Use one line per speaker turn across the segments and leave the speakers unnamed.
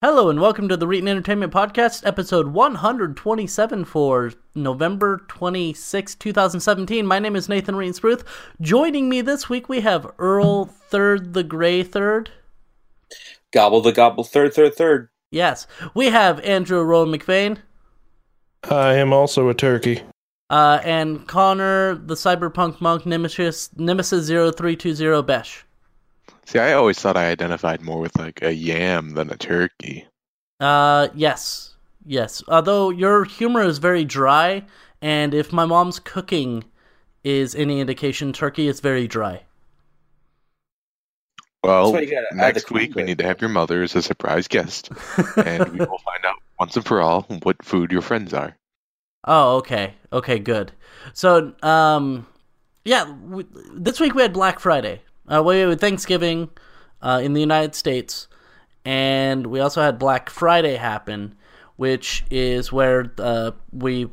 Hello and welcome to the Reading Entertainment Podcast, episode 127 for November 26, 2017. My name is Nathan Reed Spruth. Joining me this week, we have Earl Third the Gray Third.
Gobble the gobble, third, third, third.
Yes. We have Andrew Rowan McVeigh
I am also a turkey.
uh, and Connor the Cyberpunk Monk Nemesis, Nemesis 0320 Besh.
See, I always thought I identified more with like a yam than a turkey.
Uh, yes, yes. Although your humor is very dry, and if my mom's cooking is any indication, turkey is very dry.
Well,
why you gotta add the
next
queen
week we
bit.
need to have your mother as a surprise guest, and we will find out once and for all what food your friends are.
Oh, okay. Okay, good. So, um, yeah, w this week we had Black Friday. Uh, we had Thanksgiving uh, in the United States, and we also had Black Friday happen, which is where uh, we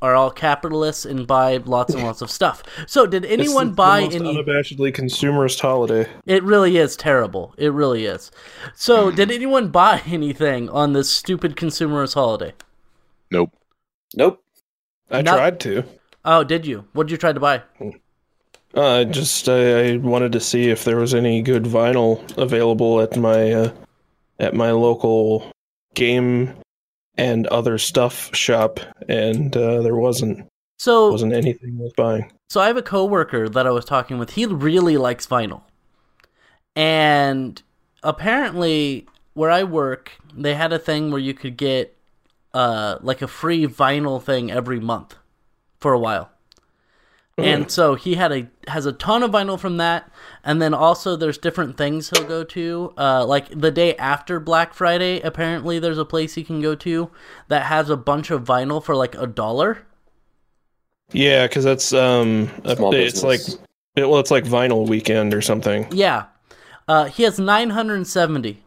are all capitalists and buy lots and lots of stuff. So, did anyone
It's the
buy
most
any?
unabashedly consumerist holiday?
It really is terrible. It really is. So, did anyone buy anything on this stupid consumerist holiday?
Nope.
Nope.
I
Not-
tried to.
Oh, did you? What did you try to buy?
Uh, just I, I wanted to see if there was any good vinyl available at my uh, at my local game and other stuff shop, and uh, there wasn't
So,
wasn't anything worth buying.
So I have a coworker that I was talking with. He really likes vinyl. And apparently where I work, they had a thing where you could get uh like a free vinyl thing every month for a while. And so he had a has a ton of vinyl from that, and then also there's different things he'll go to. Uh, like the day after Black Friday, apparently there's a place he can go to that has a bunch of vinyl for like a dollar.
Yeah, because that's um, a-
Small
it's like
business.
it, well, it's like vinyl weekend or something.
Yeah, uh, he has 970.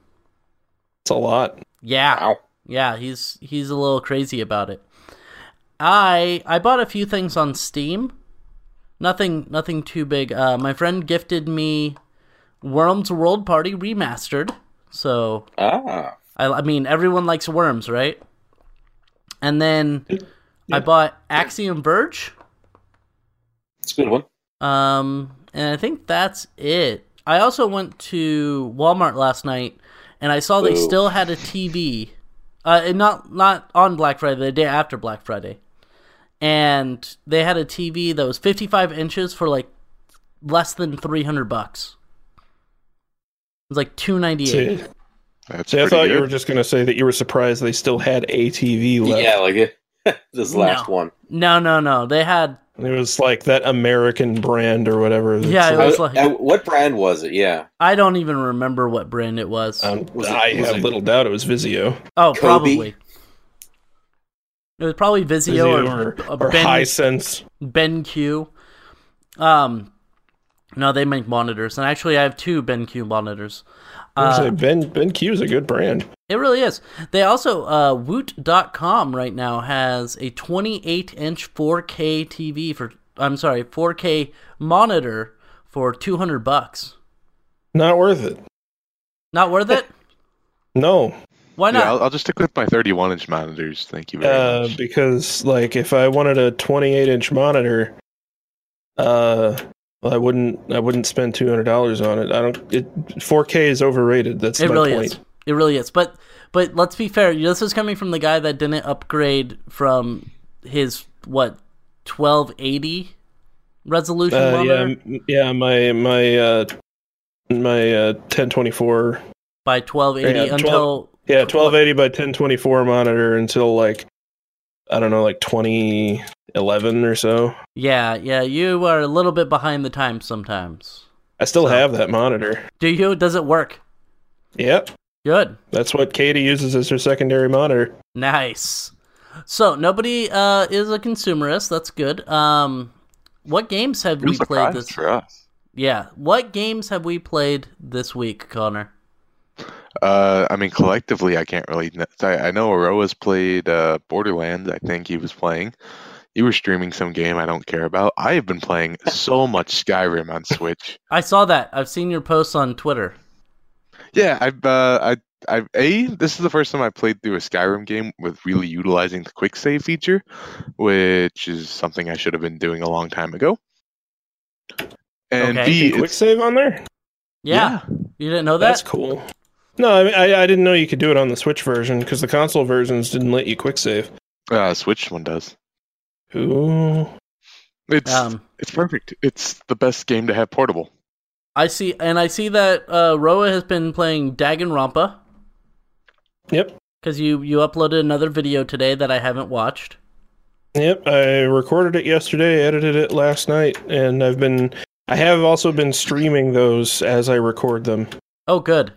It's a lot.
Yeah.
Wow.
Yeah, he's he's a little crazy about it. I I bought a few things on Steam. Nothing nothing too big. Uh, my friend gifted me Worms World Party remastered. So
Ah.
I, I mean everyone likes Worms, right? And then I bought Axiom Verge.
It's a good one.
Um, and I think that's it. I also went to Walmart last night, and I saw they
Boo.
still had a TV, uh, and not not on Black Friday, the day after Black Friday, and they had a TV that was fifty five inches for like less than three hundred bucks. It was like two ninety eight.
See,
That's
see, I
pretty
thought you
good.
were just gonna say that you were surprised they still had a TV left.
Yeah, like it. this last
No.
one.
No, no, no. They had
It was like that American brand or whatever. It's
Yeah, it
I
like-
was
was
like-
I- Uh, what brand was it? Yeah.
I don't even remember what brand it was.
um,
was it-
I
was
have
it-
little doubt it was Vizio,
oh,
Kobe?
probably. It was probably Vizio,
Vizio
or,
or
Ben
Hisense.
BenQ. Um, no, they make monitors, and actually, I have two BenQ monitors.
I say
Uh,
ben BenQ is a good brand.
it really is. They also uh, Woot.com right now has a 28 inch 4K TV for I'm sorry 4K monitor for 200 bucks.
Not worth it.
Not worth it.
No,
Why
Yeah,
not?
I'll, I'll just stick with my 31 inch monitors. Thank you very
uh,
much.
because like if I wanted a 28 inch monitor, uh, I wouldn't. I wouldn't spend two hundred dollars on it. I don't. It 4K is overrated. That's
It
my
really
point.
is. It really is. But but let's be fair. This is coming from the guy that didn't upgrade from his what 1280 resolution
Uh, yeah,
monitor
m- yeah. My my uh, my uh, 1024
by 1280
Yeah,
until
Yeah, twelve eighty by ten twenty four monitor until like I don't know, like twenty eleven or so.
yeah yeah you are a little bit behind the times sometimes.
I still
So-
have that monitor.
Do you? Does it work?
Yep.
Good.
That's what Katie uses as her secondary monitor.
Nice. So nobody uh, is a consumerist. That's good. Um, what games have
Real
we played
surprise
this?
for us.
Yeah. What games have we played this week, Connor?
Uh, I mean, collectively, I can't really. kn- I, I know Aroa's played uh, Borderlands. I think he was playing. You were streaming some game I don't care about. I have been playing so much Skyrim on Switch.
I saw that. I've seen your posts on Twitter.
Yeah, I've uh, I I a this is the first time I played through a Skyrim game with really utilizing the quick save feature, which is something I should have been doing a long time ago. And
Okay.
B,
Quick
it's,
save on there.
Yeah, you didn't know that.
That's cool. No, I, mean, I I didn't know you could do it on the Switch version because the console versions didn't let you quick save.
uh, Switch one does.
Ooh.
It's
Um,
it's perfect. It's the best game to have portable.
I see, and I see that uh, Roa has been playing Danganronpa
Yep.
because you you uploaded another video today that I haven't watched.
Yep, I recorded it yesterday, edited it last night, and I've been I have also been streaming those as I record them.
Oh, good.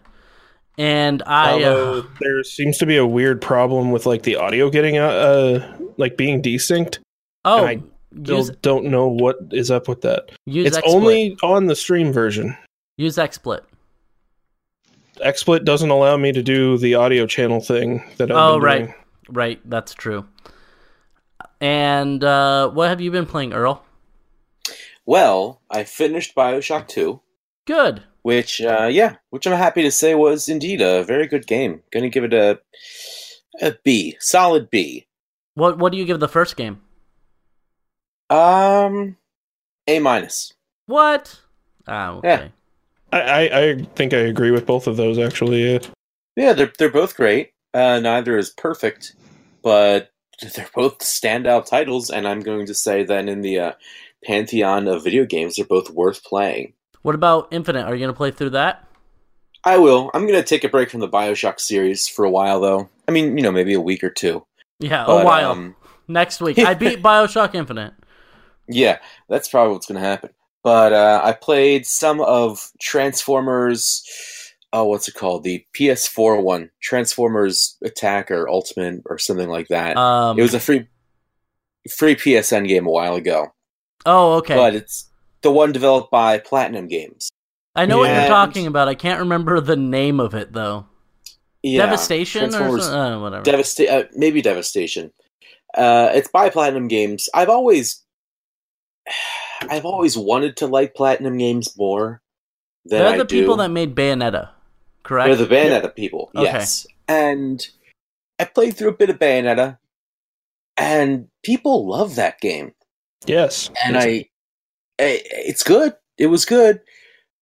And I
Although
uh,
there seems to be a weird problem with like the audio getting uh, uh like being desynced.
oh
I Still
use
don't know what is up with that.
use
it's
XSplit.
only on the stream version.
use XSplit.
XSplit doesn't allow me to do the audio channel thing that I've
Oh,
been
right.
doing.
Right, that's true. And uh, what have you been playing, Earl?
Well, I finished Bioshock 2,
Good.
which, uh, yeah, which I'm happy to say was indeed a very good game. Gonna give it a, a B, solid B.
What what do you give the first game?
Um, A minus.
What? Ah, okay.
I, I I think I agree with both of those actually. Uh, Yeah.
Yeah, they're they're both great. Uh, neither is perfect, but they're both standout titles, and I'm going to say that in the uh, pantheon of video games, they're both worth playing.
What about Infinite? Are you gonna play through that?
I will. I'm going to take a break from the Bioshock series for a while, though. I mean, you know, maybe a week or two.
Yeah, a
But,
while.
um,
Next week. I beat Bioshock Infinite.
Yeah, that's probably what's going to happen. But uh, I played some of Transformers. Oh, what's it called? The PS4 one, Transformers Attack or Ultimate or something like that.
Um
it was a free, free PSN game a while ago,
Oh, okay.
but it's the one developed by Platinum Games.
I know what you're
Yeah.
talking about. I can't remember the name of it though.
Yeah,
Devastation or
Transformers-
something? Uh, whatever.
Devasta- uh, maybe Devastation. Uh, it's by Platinum Games. I've always, I've always wanted to like Platinum Games more. Than
They're
I
the
do.
people that made Bayonetta, correct?
They're the Bayonetta people,
Okay.
yes. And I played through a bit of Bayonetta, and people love that game.
Yes.
And I, I, it's good. It was good,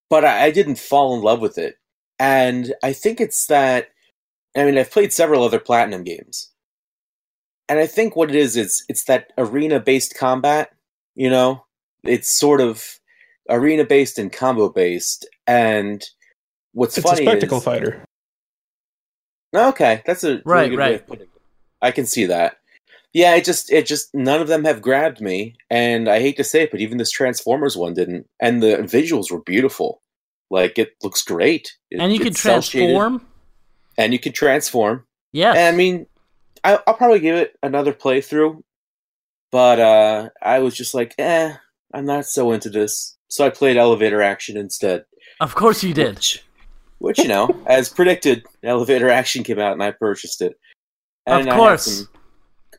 but I, I didn't fall in love with it. And I think it's that. I mean, I've played several other Platinum games, and I think what it is is it's that arena-based combat. You know, it's sort of arena-based and combo-based, and. What's
it's a
funny
spectacle
is,
fighter.
Okay, that's a
Right,
really good
right.
Way of putting it. I can see that. Yeah, it just it just none of them have grabbed me, and I hate to say it, but even this Transformers one didn't. And the visuals were beautiful. Like it looks great, It-
and you
it's
could
cel-shaded,
transform.
and you could transform.
Yes.
And I mean, I, I'll probably give it another playthrough, but uh, I was just like, eh, I'm not so into this. So I played Elevator Action instead.
of course you did.
Which, which, you know, as predicted, Elevator Action came out and I purchased it.
Of
I had
course.
some-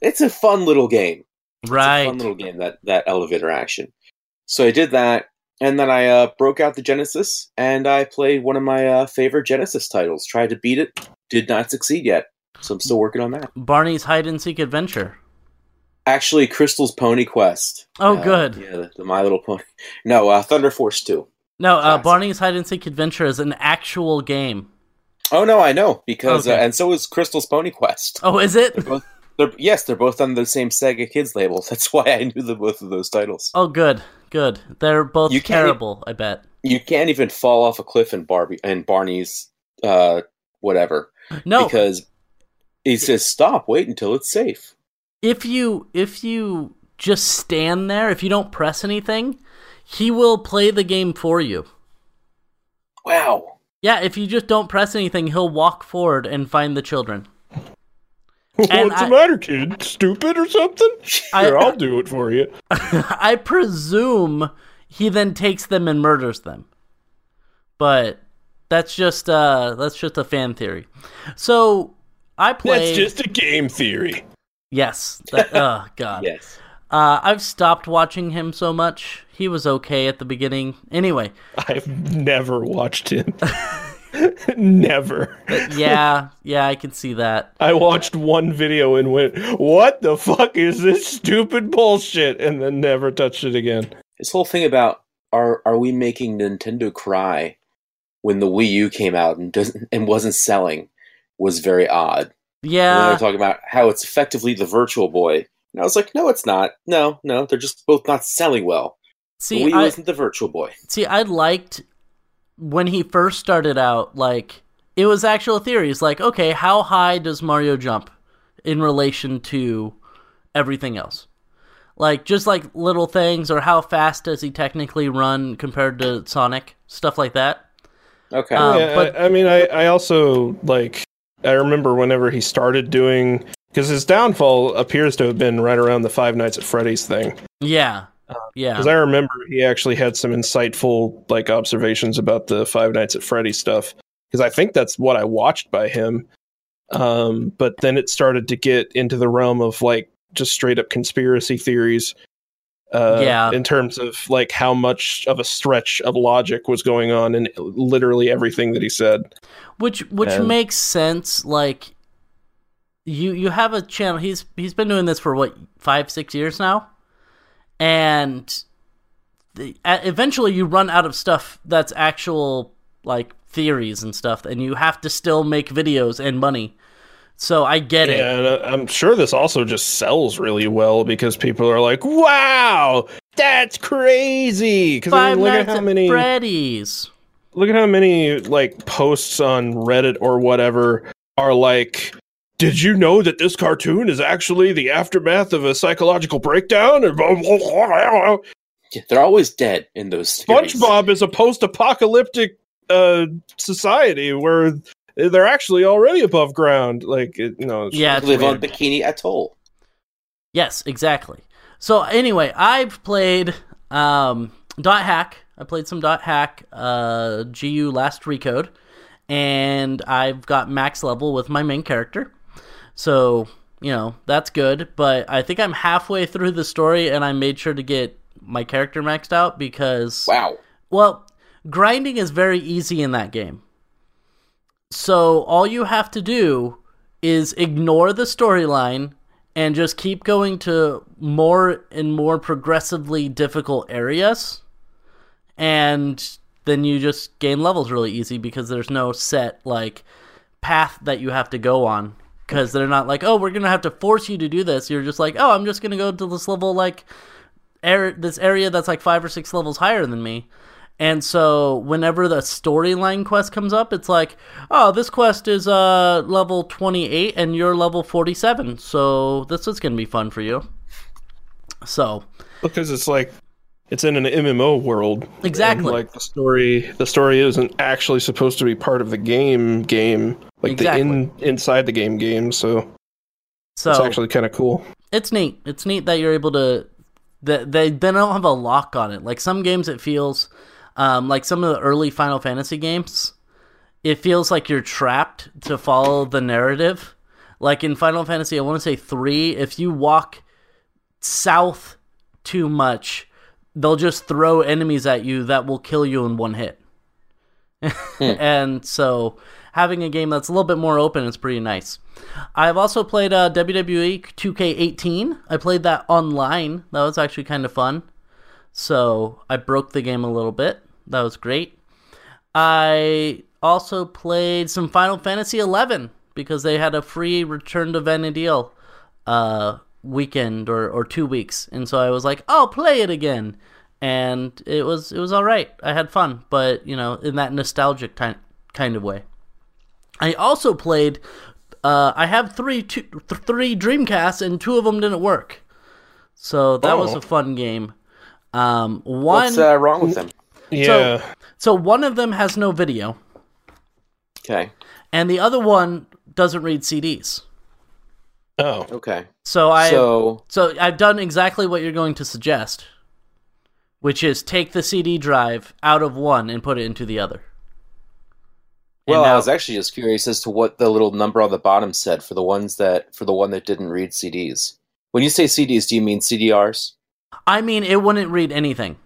it's a fun little game. It's a fun
Right.
little game that that elevator action. So I did that, and then I uh, broke out the Genesis and I played one of my uh, favorite Genesis titles. Tried to beat it, did not succeed yet. So I'm still working on that.
Barney's hide and seek adventure.
Actually, Crystal's Pony Quest.
Oh,
Uh,
good.
Yeah, the, the My Little Pony. No, uh, Thunder Force Two.
No, uh,
Classic.
Barney's hide and seek adventure is an actual game.
Oh no, I know because uh,
Okay.
and so is Crystal's Pony Quest.
Oh, is it?
They're both. They're, yes, they're both on the same Sega Kids label. That's why I knew the both of those titles.
Oh, good, good. They're both
You can't e-
terrible. I bet.
you can't even fall off a cliff in Barbie and Barney's uh whatever
No,
because he says stop, wait until it's safe.
if you if you just stand there, if you don't press anything, he will play the game for you.
Wow.
Yeah, if you just don't press anything, he'll walk forward and find the children. And
What's
I-
the matter, kid? Stupid or something?
I-
Here, I'll do it for you.
I presume he then takes them and murders them. But that's just uh that's just a fan theory. So I played
That's just a game theory.
yes. That, oh god.
Yes.
Uh, I've stopped watching him so much. He was okay at the beginning. Anyway,
I've never watched him. Never.
yeah, yeah, I can see that.
I watched one video and went, "What the fuck is this stupid bullshit?" and then never touched it again.
This whole thing about are are we making Nintendo cry when the Wii U came out and doesn't and wasn't selling was very odd. And then
Yeah,
they're talking about how it's effectively the Virtual Boy, and I was like, no, it's not. No, no, they're just both not selling well. The
see,
Wii U
I,
isn't the Virtual Boy.
See, I liked when he first started out, like, it was actual theories. Like, okay, how high does Mario jump in relation to everything else? Like, just like little things, or how fast does he technically run compared to Sonic? Stuff like that.
Okay,
Um,
yeah,
but-
I, I mean, I, I also like I remember whenever he started doing because his downfall appears to have been right around the Five Nights at Freddy's thing.
Yeah. Yeah.
Because I remember he actually had some insightful like observations about the Five Nights at Freddy's stuff. Because I think that's what I watched by him. Um, but then it started to get into the realm of like just straight up conspiracy theories. Uh,
Yeah.
In terms of like how much of a stretch of logic was going on in literally everything that he said.
which which
And-
makes sense like you you have a channel he's he's been doing this for what five six years now and the, e- eventually you run out of stuff that's actual like theories and stuff and you have to still make videos and money so i get it
Yeah, and I- I'm sure this also just sells really well because people are like, "Wow, that's crazy!" Because I
five
mean, look at
nights
how
at
many
freddy's
look at how many like posts on Reddit or whatever are like, "Did you know that this cartoon is actually the aftermath of a psychological breakdown?" And blah, blah, blah, blah.
Yeah, they're always dead in those. series.
SpongeBob is a post-apocalyptic uh, society where they're actually already above ground. Like, it, you know, it's-
yeah it's
live
weird.
on Bikini Atoll.
Yes, exactly. So anyway, I've played um, dot hack. I played some dot hack uh, GU last recode, and I've got max level with my main character. So you know that's good. But I think I'm halfway through the story, and I made sure to get my character maxed out because
Wow.
well, grinding is very easy in that game. So all you have to do is ignore the storyline and just keep going to more and more progressively difficult areas. And then you just gain levels really easy because there's no set like path that you have to go on because they're not like, "Oh, we're going to have to force you to do this." You're just like, "Oh, I'm just going to go to this level like air this area that's like 5 or 6 levels higher than me." And so whenever the storyline quest comes up, it's like, oh, this quest is uh level 28 and you're level 47. So this is going to be fun for you. So,
because it's like it's in an MMO world.
Exactly.
And, like the story, the story isn't actually supposed to be part of the game. Game like
Exactly.
the in inside the game game. So
so
it's actually kind of cool.
it's neat. It's neat that you're able to that they they don't have a lock on it. Like some games, it feels um, like some of the early Final Fantasy games. It feels like you're trapped to follow the narrative. Like in Final Fantasy, I want to say three. If you walk south too much, they'll just throw enemies at you that will kill you in one hit. and so, having a game that's a little bit more open is pretty nice. I've also played uh, WWE 2K18. I played that online. That was actually kind of fun. So I broke the game a little bit. That was great. I also played some Final Fantasy 11 because they had a free return to Vanadil uh, weekend or, or two weeks, and so I was like, I'll play it again, and it was it was all right. I had fun, but you know, in that nostalgic ti- kind of way. I also played. Uh, I have three two, th- three Dreamcasts, and two of them didn't work. So that was
Oh.
a fun game. Um, one
What's uh, wrong with them?
Yeah,
so one of them has no video,
Okay.
and the other one doesn't read CDs.
oh,
Okay.
So I so,
so
I've done exactly what you're going to suggest, which is take the CD drive out of one and put it into the other.
Well,
now-
I was actually just curious as to what the little number on the bottom said for the ones that for the one that didn't read CDs. When you say CDs, do you mean CDRs?
I mean, it wouldn't read anything.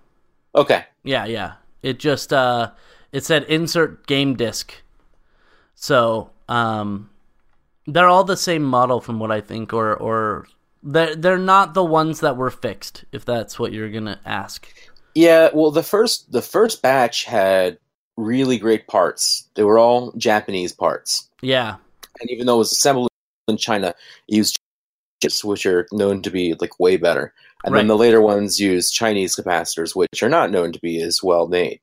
Okay,
Yeah, yeah. It just uh, it said insert game disc So um, they're all the same model from what I think, or or they're they're not the ones that were fixed. If that's what you're gonna ask,
Yeah, well, the first the first batch had really great parts. They were all Japanese parts,
yeah,
and even though it was assembled in China, it used chips which are known to be like way better. And
Right.
then the later ones used Chinese capacitors, which are not known to be as well made.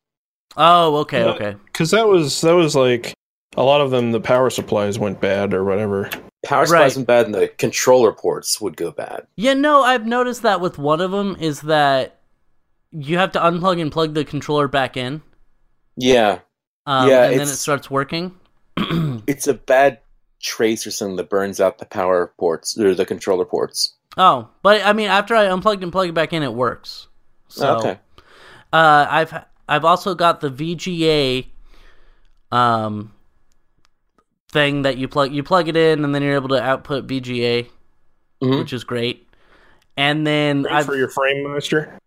Oh, okay,
Yeah.
okay.
Because that was that was like a lot of them. The power supplies went bad or whatever.
Power supplies
Right.
went bad, and the controller ports would go bad.
Yeah, no, I've noticed that with one of them is that you have to unplug and plug the controller back in,
Yeah,
um,
Yeah,
and then it
it's-
starts working.
it's a bad trace or something that burns out the power ports or the controller ports.
oh, but I mean, after I unplugged and plugged it back in, it works. So,
Okay.
uh, I've I've also got the VGA, um, thing that you plug you plug it in, and then you're able to output VGA,
Mhm.
which is great. And then
Great
I've
for your frame master.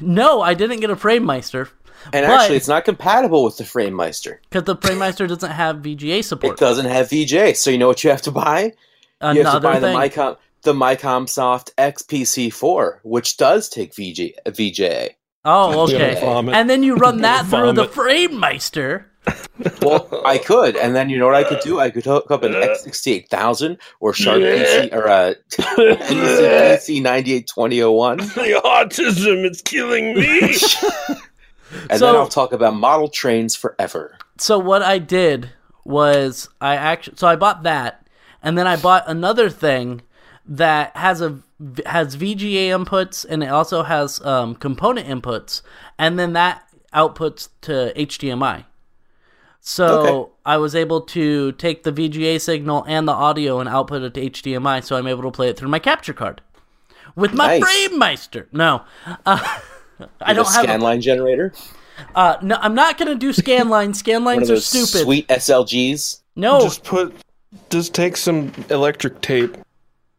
no, I didn't get a Frame Meister
And
But-
actually, it's not compatible with the Frame Meister.
because the Frame Meister doesn't have VGA
It
support.
doesn't have VJ, so you know what you have to buy?
Another
you have to buy
thing.
the Micom the Micomsoft XPC4, which does take VJ, VJ.
Oh,
You're gonna
okay.
vomit.
And then you run that through the
Vomit.
frame meister.
Well, I could, and then you know what I could do? I could hook up an
Uh.
X68000 or Sharp PC or uh, a PC 982001,
The autism is killing me.
and
So-
then I'll talk about model trains forever.
So what I did was I actually so I bought that and then I bought another thing that has a has VGA inputs and it also has um, component inputs and then that outputs to HDMI. So
Okay.
I was able to take the VGA signal and the audio and output it to HDMI so I'm able to play it through my capture card with my
Nice.
frame meister. No. Uh, I
You
don't have a
scanline generator.
Uh, no, I'm not gonna do scan lines. Scan
One of
lines are
those
stupid.
sweet SLGs.
no,
Just put, just take some electric tape,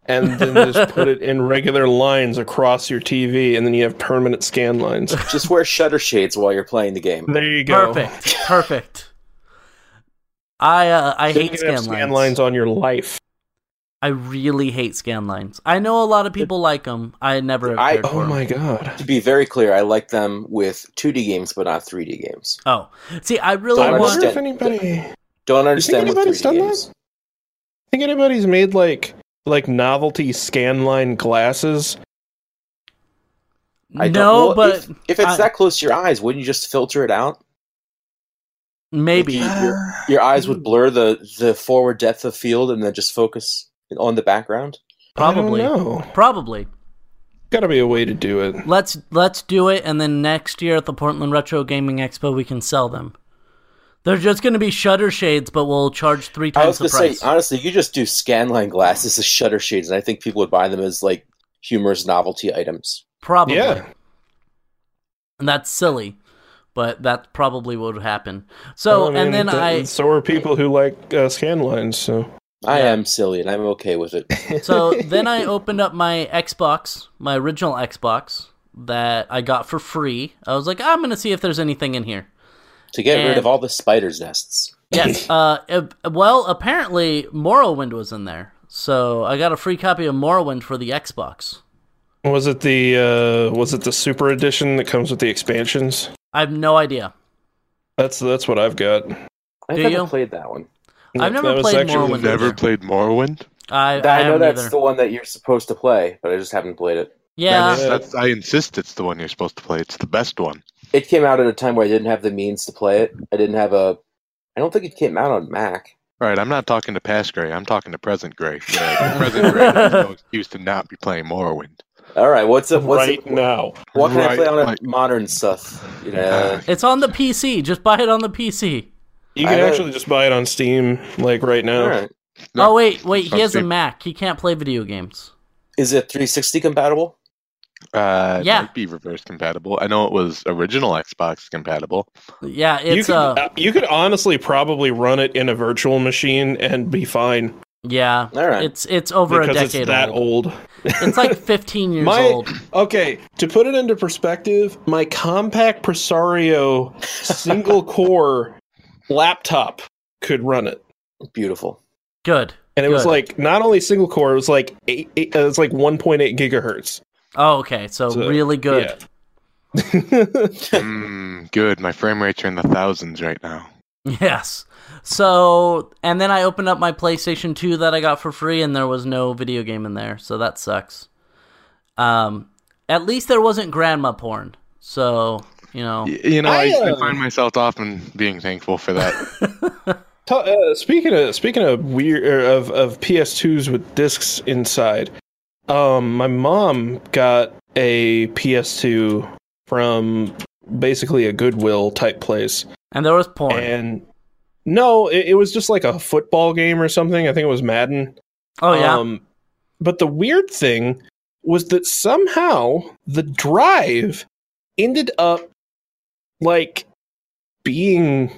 and then just put it in regular lines across your TV, and then you have permanent scan lines.
Just wear shutter shades while you're playing the game.
There you go.
perfect, perfect. I uh, I
Then you
hate
can have
scan,
scan
lines.
lines on your life.
I really hate scan lines. I know a lot of people like them. I never. Have
I-
cared for
Oh
'em.
my god.
To be very clear, I like them with 2D games, but not 3D games.
Oh, see, I really
I
I
want.
wonder if
understand.
anybody.
Don't understand what
anybody's
3D
done that?
games.
Think anybody's made like like novelty scan line glasses?
I don't-
no,
well,
but
if, if it's
I-
that close to your eyes, wouldn't you just filter it out?
maybe.
If you- Your eyes would blur the the forward depth of field, and then just focus on the background.
Probably.
I don't know.
Probably.
Got to be a way to do it.
Let's let's do it, and then next year at the Portland Retro Gaming Expo, we can sell them. They're just going to be shutter shades, but we'll charge three
I was
times the
gonna
price.
say honestly, you just do scanline glasses as shutter shades, and I think people would buy them as like humorous novelty items.
Probably.
Yeah.
And that's silly, but that probably would happen.
Well,
So,
I mean,
and then
that-
I,
so are people who like uh, scan lines. So
I
Yeah.
am silly, and I'm okay with it.
so then I opened up my Xbox, my original Xbox that I got for free. I was like, I'm gonna see if there's anything in here.
To get rid
And-
of all the spiders' nests.
Yes. uh, if- well, apparently Morrowind was in there, so I got a free copy of Morrowind for the Xbox.
was it the uh, was it the super edition that comes with the expansions?
I have no idea.
That's that's what I've got.
I
Do
never
you?
played that one.
I've
That-
never
that was
played
actually-
Morrowind.
Never
Never.
played Morrowind.
I, I,
I, know
haven't
that's
either.
the one that you're supposed to play, but I just haven't played it.
yeah.
That's,
Yeah.
that's, I insist it's the one you're supposed to play. It's the best one.
It came out at a time where I didn't have the means to play it. I didn't have a. I don't think it came out on Mac.
All right, I'm not talking to past Gray. I'm talking to present Gray. Yeah, present Gray has no excuse to not be playing Morrowind.
All right, what's up? What's
right
up?
now.
What can I
Right,
play on a
like-
modern stuff? You know,
Uh,
It's on the PC. Just buy it on the PC.
You
I
can
heard-
actually just buy it on Steam, like right now.
all right.
No,
oh wait, wait.
it's
He
on
has a
Steam.
Mac. He can't play video games.
Is it 360 compatible?
Uh,
Yeah.
It might be reverse compatible. I know it was original Xbox compatible.
Yeah,
you
it's
could,
uh,
uh, you could honestly probably run it in a virtual machine and be fine
yeah,
All right.
it's it's over a
because
decade
it's that
old.
old.
It's like 15 years
My-
old.
Okay, to put it into perspective, my compact Presario single core laptop could run it.
Beautiful.
Good.
and it was
Good.
like not only single core, it was like eight, eight uh, it was like one point eight gigahertz.
Oh, okay. So,
So,
really good.
yeah.
Mm, good. My frame rates are in the thousands right now.
Yes. So, and then I opened up my PlayStation 2 that I got for free, and there was no video game in there, so that sucks. Um, at least there wasn't grandma porn, so you know.
Y- You know,
I,
I, I,
uh,
find myself often being thankful for that.
Ta- uh, speaking of speaking of weird er, of of PS2s with discs inside, um, my mom got a PS2 from basically a Goodwill type place,
And there was porn.
and no, it, it was just like a football game or something. I think it was Madden.
oh yeah.
Um, but the weird thing was that somehow the drive ended up like being.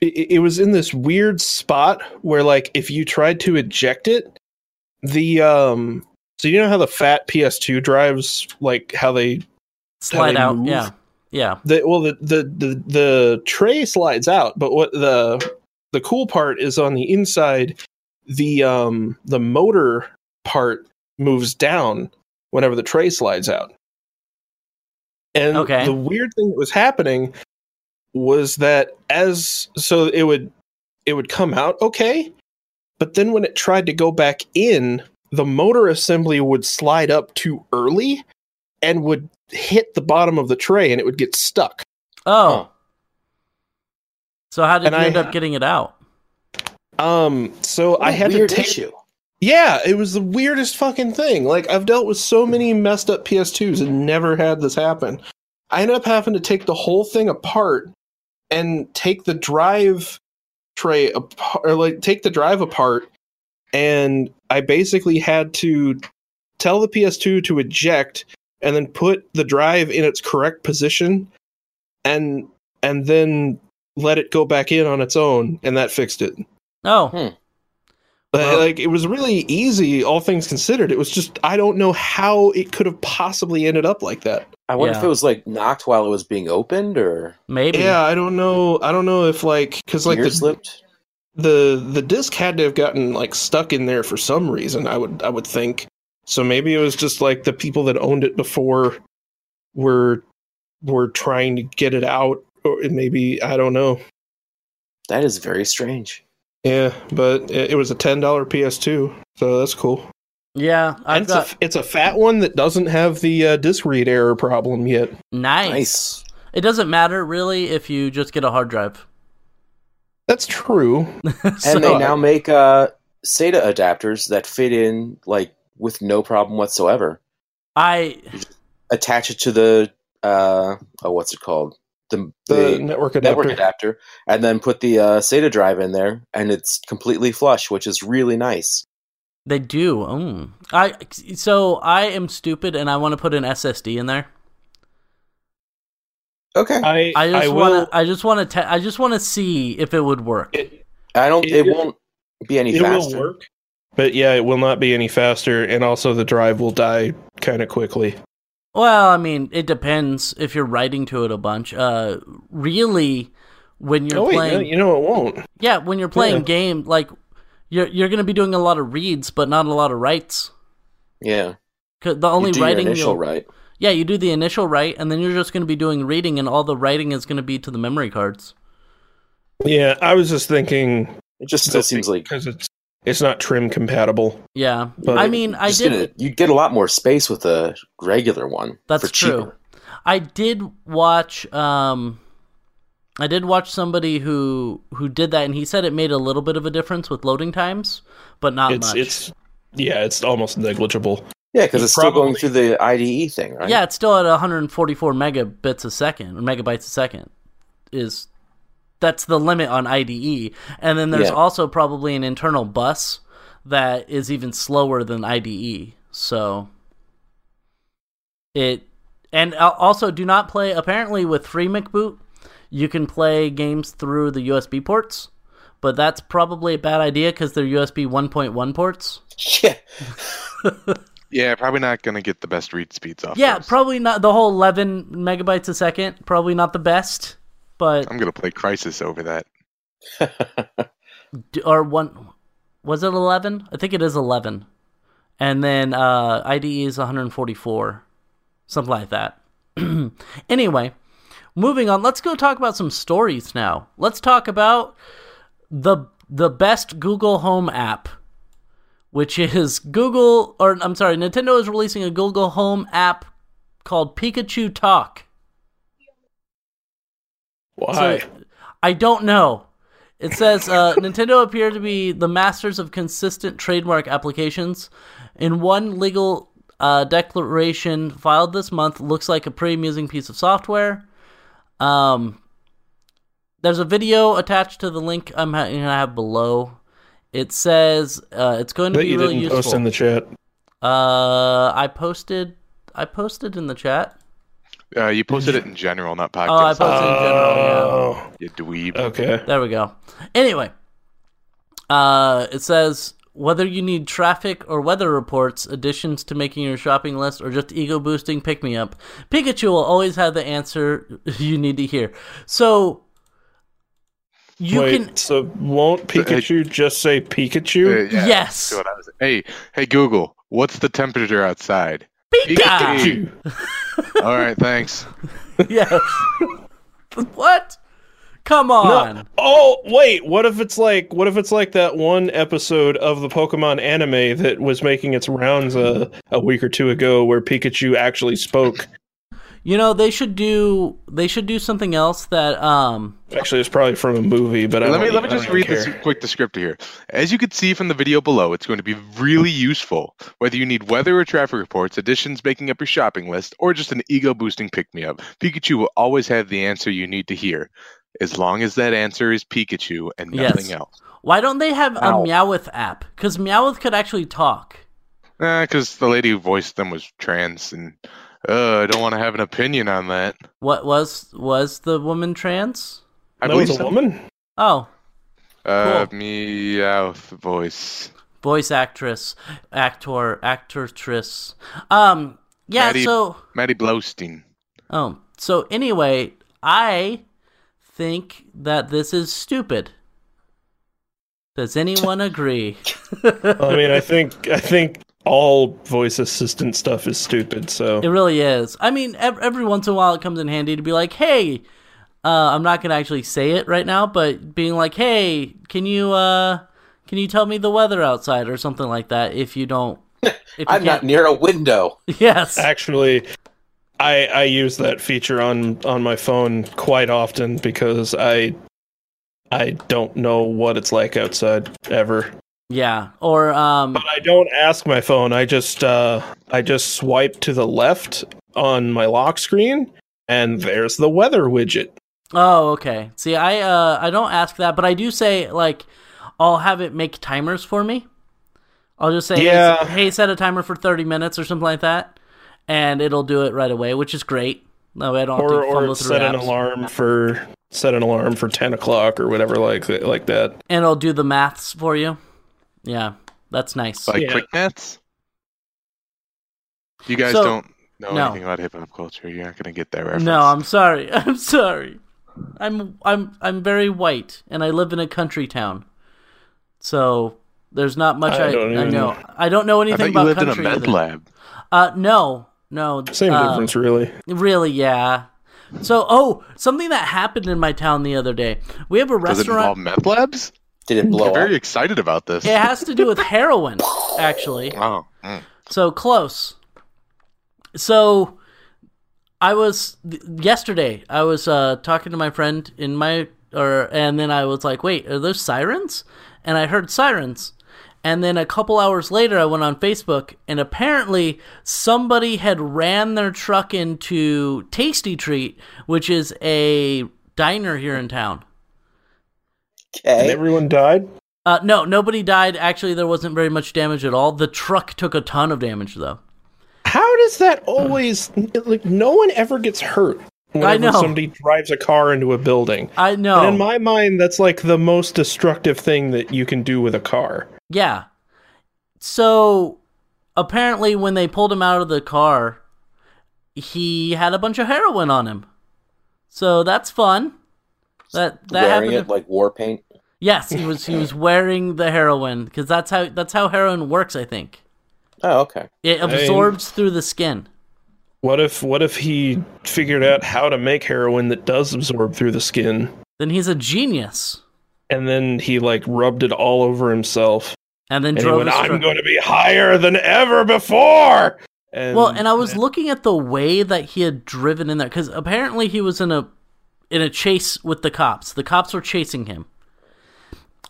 It, it was in this weird spot where, like, if you tried to eject it, the um. So you know how the fat PS2 drives, like how they
Slide
they
out.
move?
Yeah. Yeah.
the well the, the the the tray slides out but what the the cool part is on the inside the um the motor part moves down whenever the tray slides out and
Okay.
the weird thing that was happening was that as so it would it would come out okay but then when it tried to go back in the motor assembly would slide up too early and would hit the bottom of the tray and it would get stuck.
Oh. So how did
And
you
I-
end up getting it out?
Um, so
What
I
a
had to
weird
take.
issue.
Yeah, it was the weirdest fucking thing. Like I've dealt with so many messed up PS2s and never had this happen. I ended up having to take the whole thing apart and take the drive tray apart, or like take the drive apart, and I basically had to tell the PS2 to eject and then put the drive in its correct position, and and then let it go back in on its own, and that fixed it.
Oh.
But,
Wow.
like it was really easy, all things considered. It was just I don't know how it could have possibly ended up like that.
I wonder if
Yeah.
it was like knocked while it was being opened or
Maybe.
Yeah, I don't know. I don't know if like because like
gear
the,
slipped.
the the disc had to have gotten like stuck in there for some reason. I would I would think so. Maybe it was just like the people that owned it before were were trying to get it out, or maybe I don't know.
That is very strange.
Yeah, but it, it was a ten dollar PS2, so that's cool.
Yeah.
And
I've
it's,
got
a, it's a fat one that doesn't have the uh, disc read error problem yet.
nice.
Nice.
It doesn't matter really if you just get a hard drive.
That's true.
So-
And they now make uh, SATA adapters that fit in like with no problem whatsoever.
I
Attach it to the uh, oh, what's it called? The, the,
The network adapter.
network adapter, and then put the uh, SATA drive in there, and it's completely flush, which is really nice.
They do. Mm. I so I am stupid and I want to put an SSD in there.
Okay,
I
I
I
just
will.
want to. I just want to. Te- I just want to see if it would work.
It,
I don't. It,
It-
won't be any
it will
faster.
work, but yeah, it will not be any faster, and also the drive will die kind of quickly.
Well, I mean, it depends if you're writing to it a bunch. Uh, really, when you're
oh wait,
playing,
no, you know it won't.
yeah, when you're playing
Yeah.
game, like you're you're gonna be doing a lot of reads, but not a lot of writes.
Yeah,
'Cause The only
you do your
writing
initial
you'll-
right.
yeah, you do the initial write, and then you're just gonna be doing reading, and all the writing is gonna be to the memory cards.
Yeah, I was just thinking
It just still seems like
because it's it's not trim compatible.
Yeah,
But
I mean, I
just
did.
gonna- you'd get a lot more space with a regular one.
That's
for
true.
cheaper.
I did watch um I did watch somebody who who did that and he said it made a little bit of a difference with loading times, but not
it's
much.
it's yeah, it's almost negligible.
Yeah, because
You
it's still going
probably-
through the IDE thing, right?
Yeah, it's still at 144 megabits a second or megabytes a second is that's the limit on IDE. And then there's
Yeah.
also probably an internal bus that is even slower than IDE. So it and al- also do not play apparently with free McBoot you can play games through the USB ports, but that's probably a bad idea cuz they're USB 1.1 ports.
yeah.
Yeah, probably not going to get the best read speeds off.
Yeah,
those.
probably not the whole 11 megabytes a second. Probably not the best, but
I'm going to play Crisis over that.
d- or one was it 11 i think it is 11 and then uh ide is 144 something like that anyway moving on let's go talk about some stories now let's talk about the the best google home app which is google or i'm sorry nintendo is releasing a google home app called pikachu talk
Why?
so I don't know. It says uh, Nintendo appear to be the masters of consistent trademark applications. In one legal uh, declaration filed this month, looks like a pretty amusing piece of software. Um, there's a video attached to the link I'm ha- gonna have below. It says uh, it's going to
that
be
you
really
didn't
useful.
post in the chat.
uh, I posted. I posted in the chat.
Uh, you posted it in general, not podcast.
Oh, I posted in general. Yeah.
Oh,
you dweeb.
okay.
There we go. Anyway, uh, it says whether you need traffic or weather reports, additions to making your shopping list, or just ego boosting pick me up, Pikachu will always have the answer you need to hear. So you
Wait,
can
so won't Pikachu just say Pikachu?
Uh, yeah,
yes,
that's what I was- Hey, hey, Google, what's the temperature outside?
Pika.
Pikachu.
All right, thanks.
yes. what? Come on.
Oh wait, what if it's like what if it's like that one episode of the Pokemon anime that was making its rounds a, a week or two ago where Pikachu actually spoke?
You know they should do they should do something else that um
Actually, it's probably from a movie, but I
let me
don't-
let me
I
just
don't
read
care.
this quick descriptor here. As you can see from the video below, it's going to be really useful whether you need weather or traffic reports, additions making up your shopping list, or just an ego boosting pick me up. Pikachu will always have the answer you need to hear, as long as that answer is Pikachu and
Yes.
nothing else.
why don't they have
Ow.
a Meowth app? Because Meowth could actually talk.
Because Eh, the lady who voiced them was trans, and uh, I don't want to have an opinion on that.
What was was the woman trans?
I
that
believe
was a
so.
woman.
Oh,
Uh,
Cool.
meowth voice.
voice actress, actor, actress. Um, yeah.
Maddie-
So,
Maddie Blaustein.
oh, so anyway, I think that this is stupid. Does anyone agree?
I mean, I think I think all voice assistant stuff is stupid. So
It really is. I mean, ev- every once in a while, it comes in handy to be like, "Hey, uh, I'm not gonna actually say it right now, but being like, "Hey, can you uh, can you tell me the weather outside or something like that?" If you don't, if you
I'm not
can't-
near a window.
Yes.
actually, I I use that feature on on my phone quite often because I I don't know what it's like outside ever.
Yeah. Or um.
But I don't ask my phone. I just uh, I just swipe to the left on my lock screen, and there's the weather widget.
Oh, okay. See, I uh, I don't ask that, but I do say like, I'll have it make timers for me. I'll just say,
Yeah.
hey, hey, set a timer for thirty minutes or something like that, and it'll do it right away, which is great. No, I don't have
Or
to fumble
or
through
set an
apps.
alarm for set an alarm for ten o'clock or whatever like that- like that.
and it'll do the maths for you. Yeah, that's nice.
Like
Yeah.
quick nets? You guys
So-
don't know
no.
anything about hip hop culture. You're not gonna get that reference.
No, I'm sorry. I'm sorry. I'm I'm I'm very white, and I live in a country town, so there's not much I,
I
I,
don't even-
know. I don't know
I
anything
thought you
about
lived in a
country.
med
either.
lab.
Uh, no, no.
Same
uh,
difference, really.
Really, yeah. So, oh, something that happened in my town the other day. We have a
Does it
restaurant.
involve meth labs?
Did it blow
I'm very
up?
excited about this.
It, has to do with heroin, actually.
Wow. Mm.
So close. So, I was th- yesterday. I was uh, talking to my friend in my or, and then I was like, "Wait, are those sirens?" And I heard sirens. And then a couple hours later, I went on Facebook, and apparently somebody had ran their truck into Tasty Treat, which is a diner here in town.
And
Okay.
everyone died.
Uh, no, nobody died. Actually, there wasn't very much damage at all. The truck took a ton of damage, though.
How does that always like? No one ever gets hurt whenever
know. Oh.
somebody drives a car into a building.
I know.
And in my mind, that's like the most destructive thing that you can do with a car.
Yeah. So apparently, when they pulled him out of the car, he had a bunch of heroin on him. So that's fun. That that
Wearing
happened.
it like war paint.
Yes, he was he was wearing the heroin because that's how that's how heroin works. I think
Oh, okay.
it absorbs through the skin.
What if what if he figured out how to make heroin that does absorb through the skin
Then he's a genius,
and then he like rubbed it all over himself
and then
and, he
drove.
went,
his
I'm
truck.
going to be higher than ever before. And,
Well, and I was looking at the way that he had driven in there because apparently he was in a in a chase with the cops. The cops were chasing him,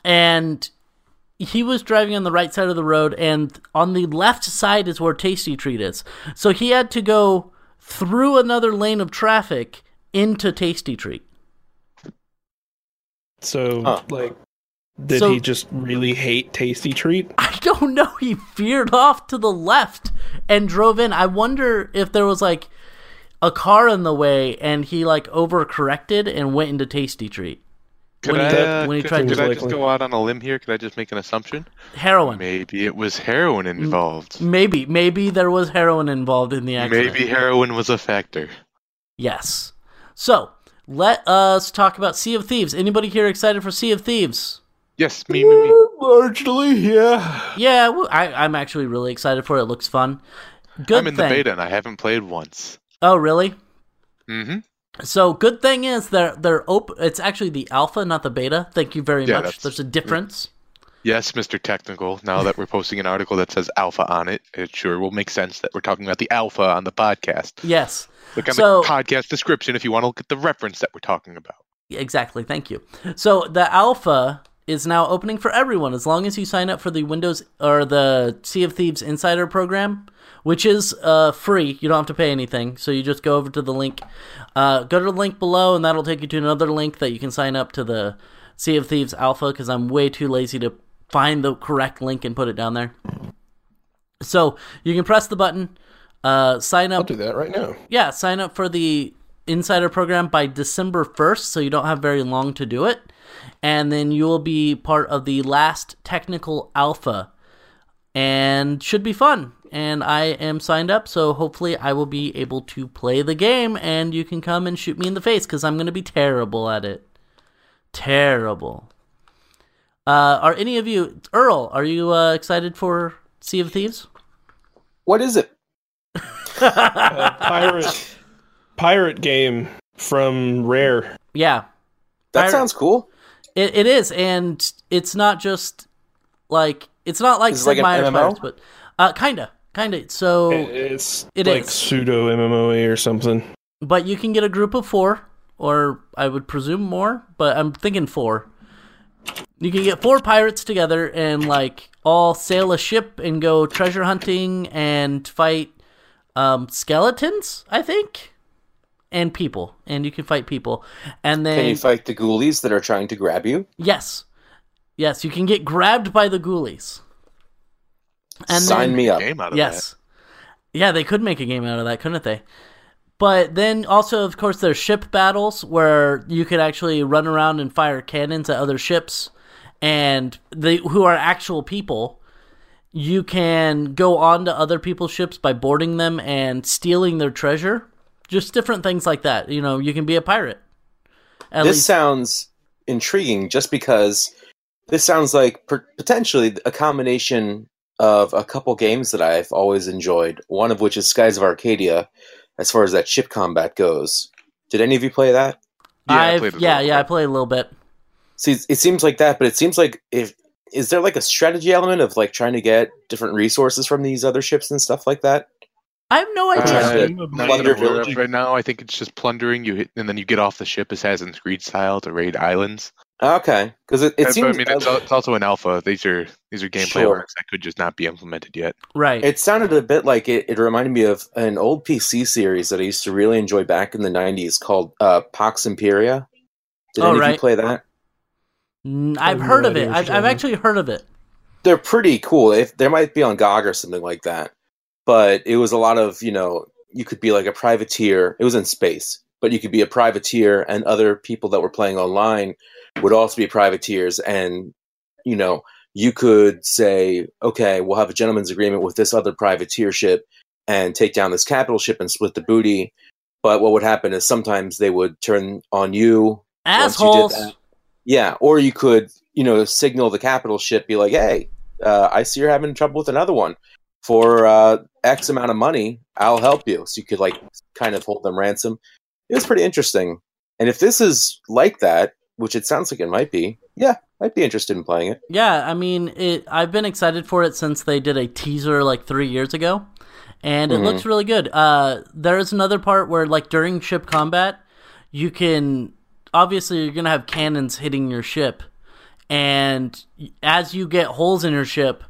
and he was driving on the right side of the road, and on the left side is where Tasty Treat is. So he had to go through another lane of traffic into Tasty Treat.
so
Huh.
like did
So-
he just really hate tasty treat?
I don't know. He veered off to the left and drove in. I wonder if there was like a car in the way and he like overcorrected and went into Tasty Treat.
Could
When
I,
he-
uh,
when he
could,
tried to
could I just
likely-
go out on a limb here? Could I just make an assumption?
Heroin. Maybe.
Maybe it was heroin involved.
maybe. there was heroin involved in the accident.
Maybe heroin was a factor.
Yes. So let us talk about Sea of Thieves. Anybody here excited for Sea of Thieves?
Yes, me, me, me.
Largely, yeah.
Yeah, w- I, am actually really excited for it. It looks fun. Good
I'm in
thing.
the beta and I haven't played once.
Oh, really?
Mm-hmm.
So good thing is they're they're open. It's actually the alpha, not the beta. Thank you very
Yeah,
much.
that's-
There's a difference.
Yes, Mr. Technical. Now that we're posting an article that says alpha on it, it sure will make sense that we're talking about the alpha on the podcast.
Yes,
Look on
So-
the podcast description if you want to look at the reference that we're talking about.
exactly. Thank you. So the alpha is now opening for everyone as long as you sign up for the Windows or the Sea of Thieves Insider program, which is uh, free. You don't have to pay anything. So you just go over to the link, uh, go to the link below, and that'll take you to another link that you can sign up to the Sea of Thieves Alpha. Because I'm way too lazy to find the correct link and put it down there. So you can press the button, uh, sign
I'll
up
do that right now.
yeah, sign up for the insider program by December 1st, so you don't have very long to do it. And then you will be part of the last technical alpha and should be fun. And I am signed up, so hopefully I will be able to play the game and you can come and shoot me in the face because I'm going to be terrible at it. Terrible. Uh, are any of you, Earl, are you uh, excited for Sea of Thieves?
What is it?
A pirate pirate game from Rare.
Yeah.
That
Pirate-
sounds cool.
It, it is, and it's not just like it's not like
Is it
Sid
like an
Meier's
MMO?
Pirates, but uh, kinda, kinda. So,
It's
Oh, It
like
is.
pseudo MMOA or something.
but you can get a group of four, or I would presume more, but I'm thinking four. You can get four pirates together and like all sail a ship and go treasure hunting and fight um, skeletons, I think, and people, and you can fight people, and then
Can you fight the ghoulies that are trying to grab you?
yes, yes, you can get grabbed by the ghoulies. And
Sign
then-
me up.
Game out of
yes. Yeah, they could make a game out of that, couldn't they? But then also, of course, there's ship battles where you could actually run around and fire cannons at other ships, and they who are actual people. You can go on to other people's ships by boarding them and stealing their treasure. Just different things like that. You know, you can be a pirate. At
this
least,
sounds intriguing just because this sounds like per- potentially a combination of a couple games that I've always enjoyed, one of which is Skies of Arcadia, as far as that ship combat goes. Did any of you play that?
that. Yeah, I
I've,
played it a
yeah,
little
yeah, I
bit.
played a little bit.
See, it seems like that, but it seems like if is there like a strategy element of like trying to get different resources from these other ships and stuff like that?
I have no idea.
tried
Uh,
to
not
plunder
even aware of
village.
Right now, I think it's just plundering. You hit, and then you get off the ship Assassin's Creed style to raid islands.
Okay, because it, it
But,
seems
I mean, it's, al- it's also an alpha. These are these are gameplay
Sure.
elements that could just not be implemented yet.
right.
It sounded a bit like it, it reminded me of an old PC series that I used to really enjoy back in the 90s called uh, Pax Imperia. Did
Oh,
any of
right.
you play that?
Mm, I've
no
heard of
idea
it.
what you're
I've, I've
talking
actually heard of it.
They're pretty cool. If They might be on GOG or something like that. But it was a lot of, you know, you could be like a privateer. It was in space, but you could be a privateer, and other people that were playing online would also be privateers. And, you know, you could say, okay, we'll have a gentleman's agreement with this other privateer ship and take down this capital ship and split the booty. But what would happen is sometimes they would turn on you. Once you did
Assholes.
that- Yeah, or you could you know, signal the capital ship, be like, hey, uh, I see you're having trouble with another one. For uh, X amount of money, I'll help you. So you could, like, kind of hold them ransom. It was pretty interesting. And if this is like that, which it sounds like it might be, yeah, I'd be interested in playing it.
Yeah, I mean, it. I've been excited for it since they did a teaser like three years ago, and it
Mhm.
looks really good. Uh, there is another part where, like during ship combat, you can obviously you're gonna have cannons hitting your ship, and as you get holes in your ship,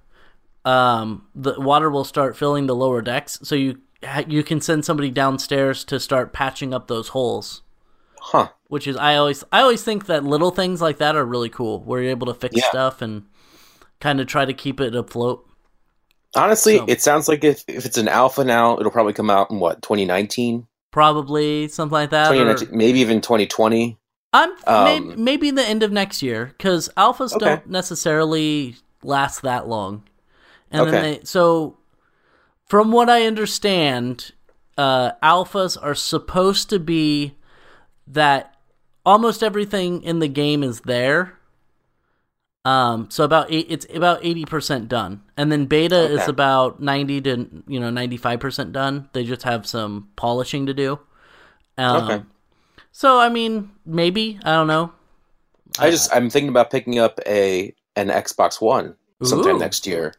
um, the water will start filling the lower decks. So you ha- you can send somebody downstairs to start patching up those holes
Huh.
which is I always I always think that little things like that are really cool where you're able to fix
Yeah.
stuff and kind of try to keep it afloat.
Honestly,
So-
it sounds like if, if it's an alpha now, it'll probably come out in what, 2019?
Probably something like that. or-
2019 maybe even 2020.
I'm may-
Um,
maybe the end of next year because alphas
Okay.
don't necessarily last that long, and then
Okay.
they so from what I understand, uh, alphas are supposed to be that almost everything in the game is there. Um, so about eight, it's about eighty percent done, and then beta is
Okay.
about ninety to you know ninety five percent done. They just have some polishing to do. Um,
Okay.
So I mean, maybe I don't know.
I just I'm thinking about picking up a an Xbox One sometime
Ooh.
next year,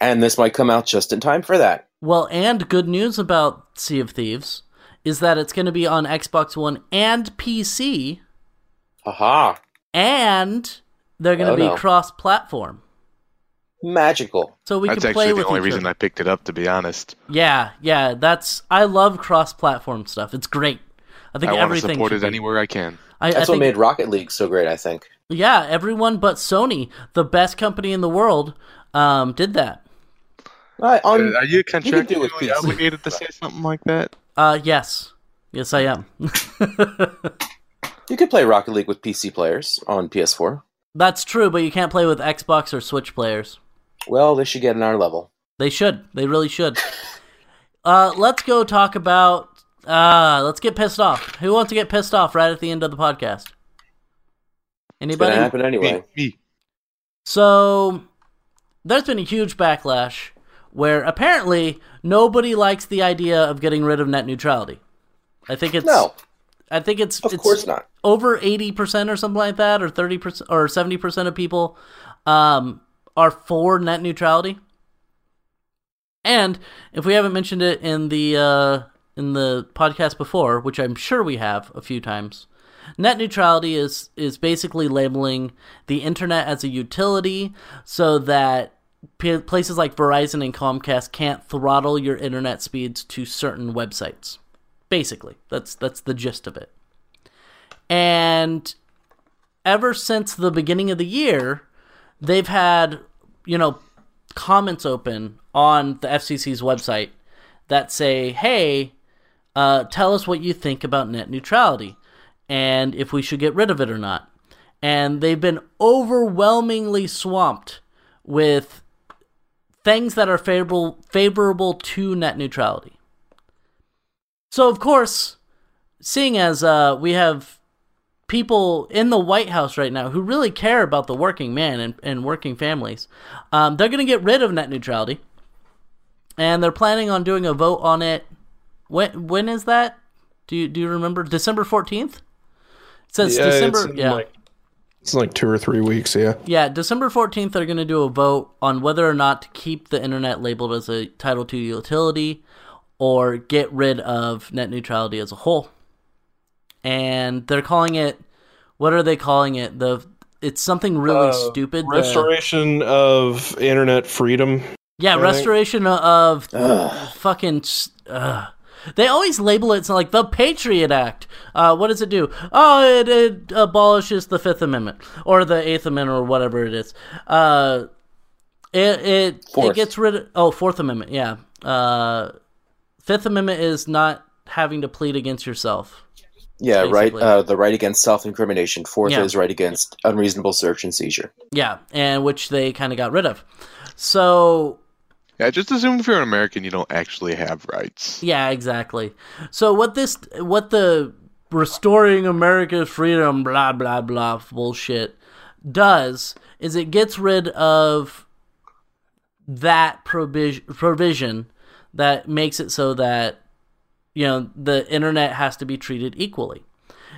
and this might come out just in time for that.
Well, and good news about Sea of Thieves is that it's going to be on Xbox One and PC,
Aha!
and they're going to
Oh,
be
no.
cross-platform,
Magical.
so we
That's
can play
actually the
with
only
each
reason
other.
I picked it up, to be honest.
Yeah, yeah, that's I love cross-platform stuff. It's great. I think
I want to
everything.
support
should
it
be-
anywhere I can.
I, I
That's
think,
what made Rocket League so great. I think.
yeah, everyone but Sony, the best company in the world, um, did that.
Right, on-
Uh, are you
Um, can do
contractually
it, please.
obligated to say something like that?
Uh, yes, yes, I am.
you could play Rocket League with PC players on PS4.
That's true, but you can't play with Xbox or Switch players.
Well, they should get in our level.
They should. They really should. uh, let's go talk about. Uh, let's get pissed off. Who wants to get pissed off right at the end of the podcast?
It's gonna
Anybody?
happen anyway.
Me, me.
So, there's been a huge backlash where apparently nobody likes the idea of getting rid of net neutrality. I think it's
No,
I think it's
of
it's
course not.
over 80% or something like that or 30% or 70% of people um, are for net neutrality and if we haven't mentioned it in the uh, in the podcast before which i'm sure we have a few times net neutrality is is basically labeling the internet as a utility so that p- places like verizon and comcast can't throttle your internet speeds to certain websites basically that's that's the gist of it and ever since the beginning of the year, they've had, you know, comments open on the FCC's website that say, hey, uh, tell us what you think about net neutrality and if we should get rid of it or not. And they've been overwhelmingly swamped with things that are favorable favorable to net neutrality. So of course, seeing as uh, we have people in the White House right now who really care about the working man and, and working families, um, they're going to get rid of net neutrality, and they're planning on doing a vote on it. When when is that? Do you do you remember December fourteenth? It says December.
in
yeah,
Like, it's in like two or three weeks. Yeah.
yeah, December 14th, they're going to do a vote on whether or not to keep the internet labeled as a Title II utility or get rid of net neutrality as a whole. And they're calling it, what are they calling it? The It's something really
Uh,
stupid. the-
Restoration of internet freedom.
yeah,
I think-
restoration of
Ugh.
fucking. s- Ugh. They always label it so like the Patriot Act. Uh, what does it do? Oh, it, it abolishes the Fifth Amendment or the Eighth Amendment or whatever it is. Uh, it it, it
Fourth.
gets rid of oh Fourth Amendment. Yeah, uh, Fifth Amendment is not having to plead against yourself.
Yeah, right.
basically.
Uh, the right against self-incrimination. Fourth
Yeah.
is right against unreasonable search and seizure.
Yeah, and which they kind of got rid of. So
Yeah, just assume if you're an American, you don't actually have rights.
Yeah, exactly. So what this what the restoring America's freedom blah blah blah bullshit does is it gets rid of that provision provision that makes it so that you know the internet has to be treated equally.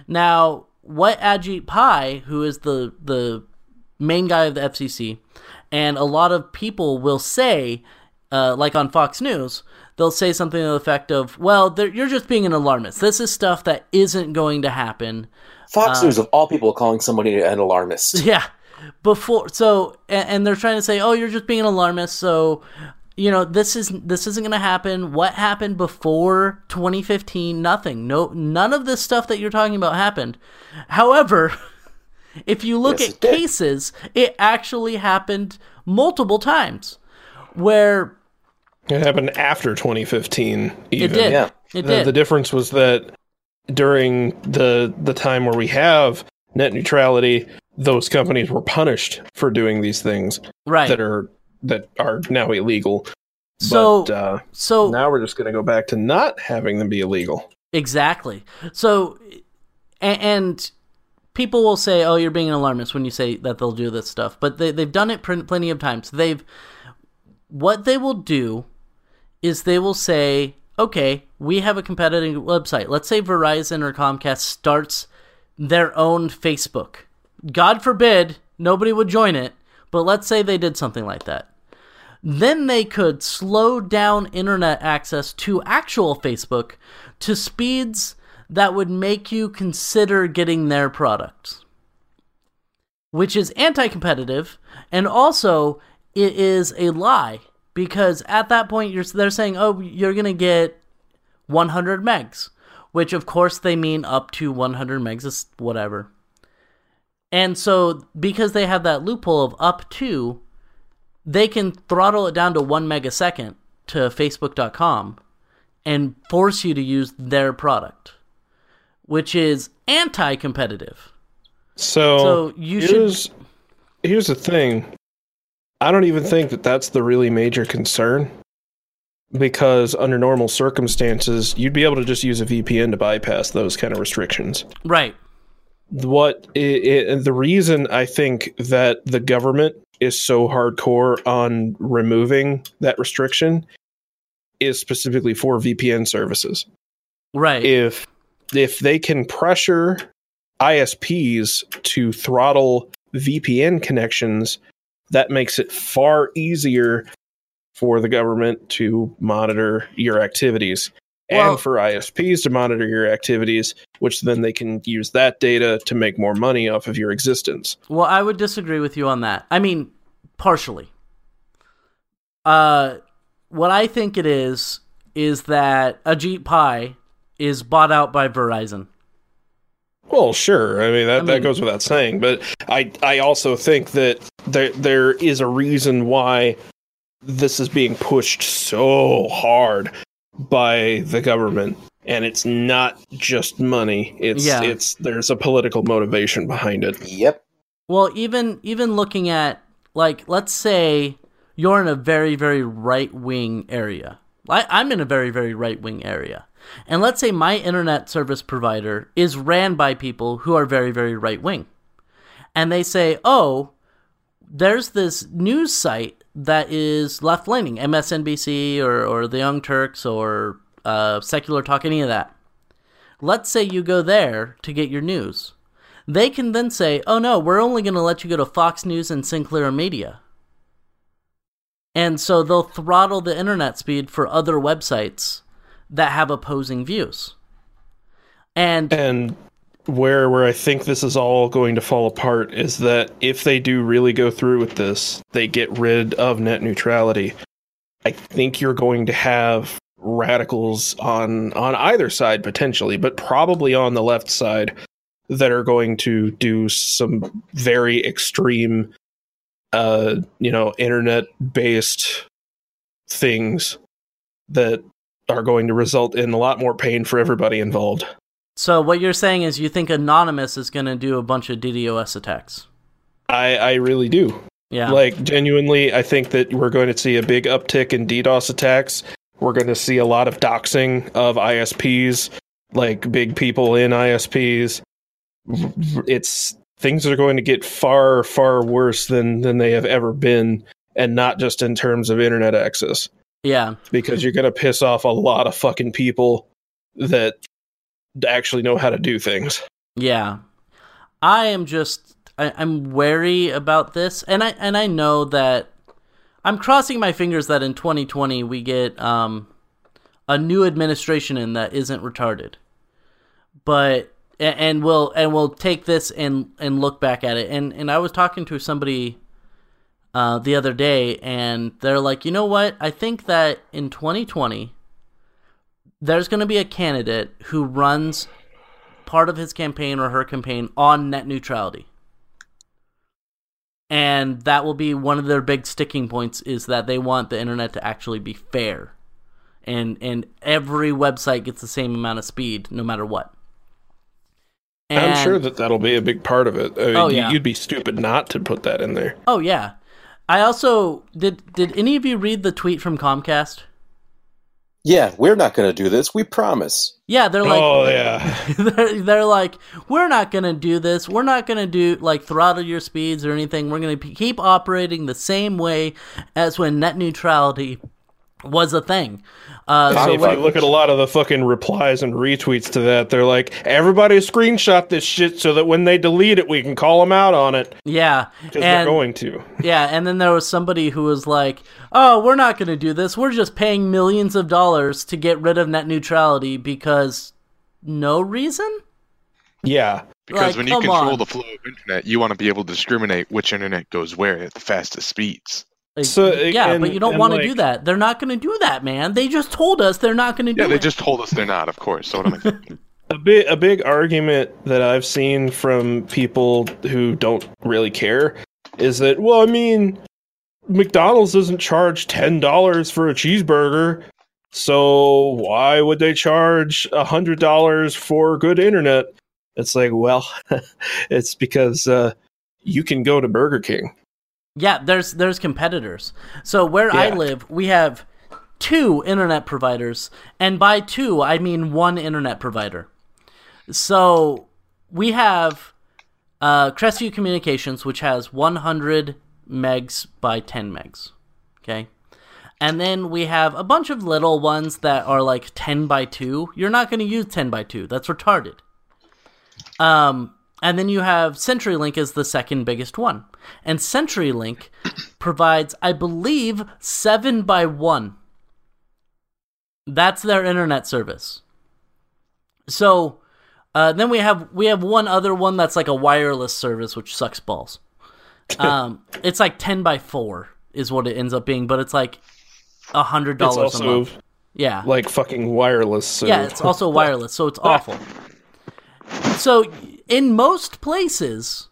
Now, what Ajit Pai, who is the the main guy of the FCC, and a lot of people will say, uh, like on Fox News, they'll say something to the effect of, "Well, they're- you're just being an alarmist. This is stuff that isn't going to happen." Uh.
Fox News, of all people, calling somebody an alarmist.
Yeah. Before so and, and they're trying to say, "Oh, you're just being an alarmist." So, you know, this is this isn't going to happen. What happened before 2015? Nothing. No none of this stuff that you're talking about happened. However, if you look
Yes,
at
it did.
cases, it actually happened multiple times where
It happened after 2015.
it
Even.
did.
yeah.
It
The,
did.
the difference was that during the the time where we have net neutrality, those companies were punished for doing these things
right.
that are that are now illegal.
so
but, uh,
so
now we're just going to go back to not having them be illegal.
Exactly. So, and, and people will say, "Oh, you're being an alarmist when you say that they'll do this stuff," but they they've done it pr- plenty of times. They've what they will do is they will say, "Okay, we have a competitive website. Let's say Verizon or Comcast starts their own Facebook. God forbid nobody would join it, but let's say they did something like that." then they could slow down internet access to actual Facebook to speeds that would make you consider getting their products, which is anti competitive and also it is a lie because at that point you're, they're saying, oh, you're going to get 100 megs, which of course they mean up to 100 megs, is whatever. And so, because they have that loophole of up to, they can throttle it down to one megasecond to facebook.com and force you to use their product which is anti-competitive
So,
so you should
here's here's the thing. I don't even think that that's the really major concern because under normal circumstances, you'd be able to just use a VPN to bypass those kind of restrictions.
right
what i i the reason I think that the government is so hardcore on removing that restriction is specifically for VPN services.
right
If if they can pressure ISPs to throttle VPN connections, that makes it far easier for the government to monitor your activities
Well-
and for ISPs to monitor your activities, which then they can use that data to make more money off of your existence.
Well, I would disagree with you on that. I mean, partially. Uh, what I think it is is that Ajit Pai is bought out by Verizon.
Well, sure. I mean that,
mean-
that goes without saying, but I I also think that there there is a reason why this is being pushed so hard by the government and it's not just money. It's
Yeah.
it's there's a political motivation behind it.
Yep.
Well, even even looking at like let's say you're in a very very right wing area. I, I'm in a very very right wing area, and let's say my internet service provider is ran by people who are very very right wing, and they say, oh, there's this news site that is left leaning, MSNBC or or the Young Turks or uh, Secular Talk, any of that. Let's say you go there to get your news they can then say, oh no, we're only going to let you go to Fox News and Sinclair Media. And so they'll throttle the internet speed for other websites that have opposing views. And
And where where I think this is all going to fall apart is that if they do really go through with this, they get rid of net neutrality. I think you're going to have radicals on on either side potentially, but probably on the left side that are going to do some very extreme uh you know internet based things that are going to result in a lot more pain for everybody involved.
so what you're saying is you think Anonymous is going to do a bunch of DDoS attacks.
I, I really do.
Yeah.
Like, genuinely, I think that we're going to see a big uptick in DDoS attacks. We're going to see a lot of doxing of ISPs, like big people in ISPs. It's things are going to get far far worse than than they have ever been and not just in terms of internet access
Yeah.
because you're going to piss off a lot of fucking people that actually know how to do things.
Yeah. I am just I, I'm wary about this and I and I know that I'm crossing my fingers that in 2020 we get um a new administration in that isn't retarded. But a- and we'll and we'll take this and and look back at it. And and I was talking to somebody uh, the other day, and they're like, you know what? I think that in 2020, there's going to be a candidate who runs part of his campaign or her campaign on net neutrality. And that will be one of their big sticking points is that they want the internet to actually be fair. And and every website gets the same amount of speed no matter what.
I'm sure
And-
that that'll be a big part of it. I mean,
Oh,
you-
yeah.
You'd be stupid not to put that in there.
Oh yeah. I also did did any of you read the tweet from Comcast?
Yeah, we're not going to do this. We promise.
Yeah, they're like
oh yeah,
they're, they're like we're not going to do this. We're not going to do like throttle your speeds or anything. We're going to keep operating the same way as when net neutrality was a thing. Uh,
I
so
mean, if
what-
you look at a lot of the fucking replies and retweets to that, they're like, "Everybody screenshot this shit so that when they delete it, we can call them out on it
yeah,
because they're
and
going to."
yeah, and then there was somebody who was like, "Oh, we're not going to do this. We're just paying millions of dollars to get rid of net neutrality because no reason."
Yeah,
Because
Like,
when you
come
control
on.
the flow of internet, you want to be able to discriminate which internet goes where at the fastest speeds.
Like,
So,
yeah,
and-
but you don't
and,
want to
like-
do that. They're not going to do that, man. They just told us they're not going to do
Yeah, they
it.
just told us they're not, of course. So what am I thinking?
a big a big argument that I've seen from people who don't really care is that well, I mean, McDonald's doesn't charge ten dollars for a cheeseburger, so why would they charge hundred dollars for good internet? It's like, well, it's because uh, you can go to Burger King.
yeah, there's there's competitors. So where I
Yeah.
live, we have two internet providers, and by two I mean one internet provider. So we have uh, Crestview Communications, which has 100 megs by 10 megs. Okay. And then we have a bunch of little ones that are like 10 by 2. You're not going to use 10 by 2. That's retarded. Um, and then you have CenturyLink is the second biggest one. And CenturyLink provides, I believe, 7 by 1. That's their internet service. So uh, then we have we have one other one that's like a wireless service, which sucks balls. Um, it's like 10 by 4 is what it ends up being, but it's like a $100
It's
a
also
month. Yeah.
like fucking wireless. So.
Yeah, it's also wireless, so it's awful. So in most places,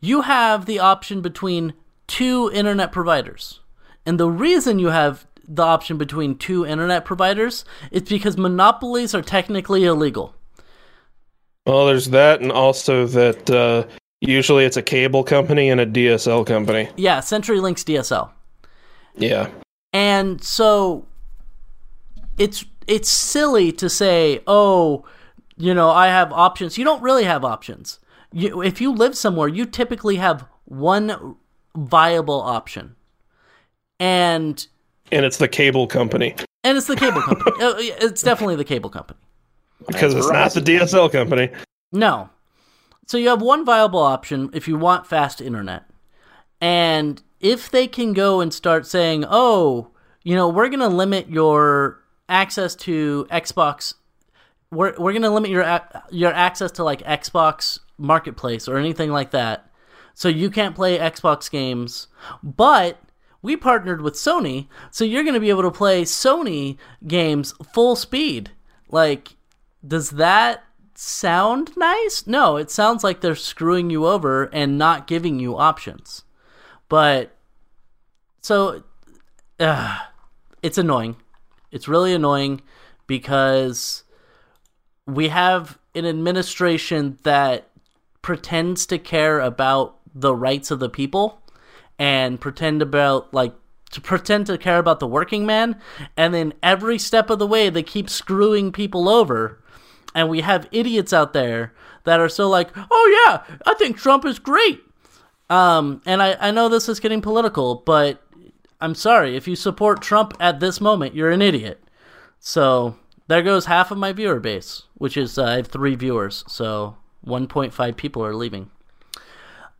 you have the option between two internet providers. And the reason you have the option between two internet providers is because monopolies are technically illegal.
well, there's that, and also that uh, usually it's a cable company and a DSL company.
Yeah, CenturyLink's DSL.
Yeah.
And so it's it's silly to say, "Oh, you know, I have options." You don't really have options. You, if you live somewhere, you typically have one viable option. And
and it's the cable company
and it's the cable company. Uh, it's definitely the cable company.
because it's not the
Verizon.
DSL company.
No. So you have one viable option if you want fast internet. And if they can go and start saying, oh, you know, we're going to limit your access to Xbox, we're, we're going to limit your, ac- your access to like Xbox Marketplace or anything like that. So you can't play Xbox games. But we partnered with Sony, so you're going to be able to play Sony games full speed. Like, does that sound nice? No, it sounds like they're screwing you over and not giving you options. But so uh, it's annoying. It's really annoying because we have an administration that pretends to care about the rights of the people and pretend about like to pretend to care about the working man and then every step of the way they keep screwing people over and we have idiots out there that are so like, oh yeah, I think Trump is great. Um, and I, I know this is getting political, but I'm sorry if you support Trump at this moment, you're an idiot. So there goes half of my viewer base, which is uh, I have three viewers, so 1.5 people are leaving.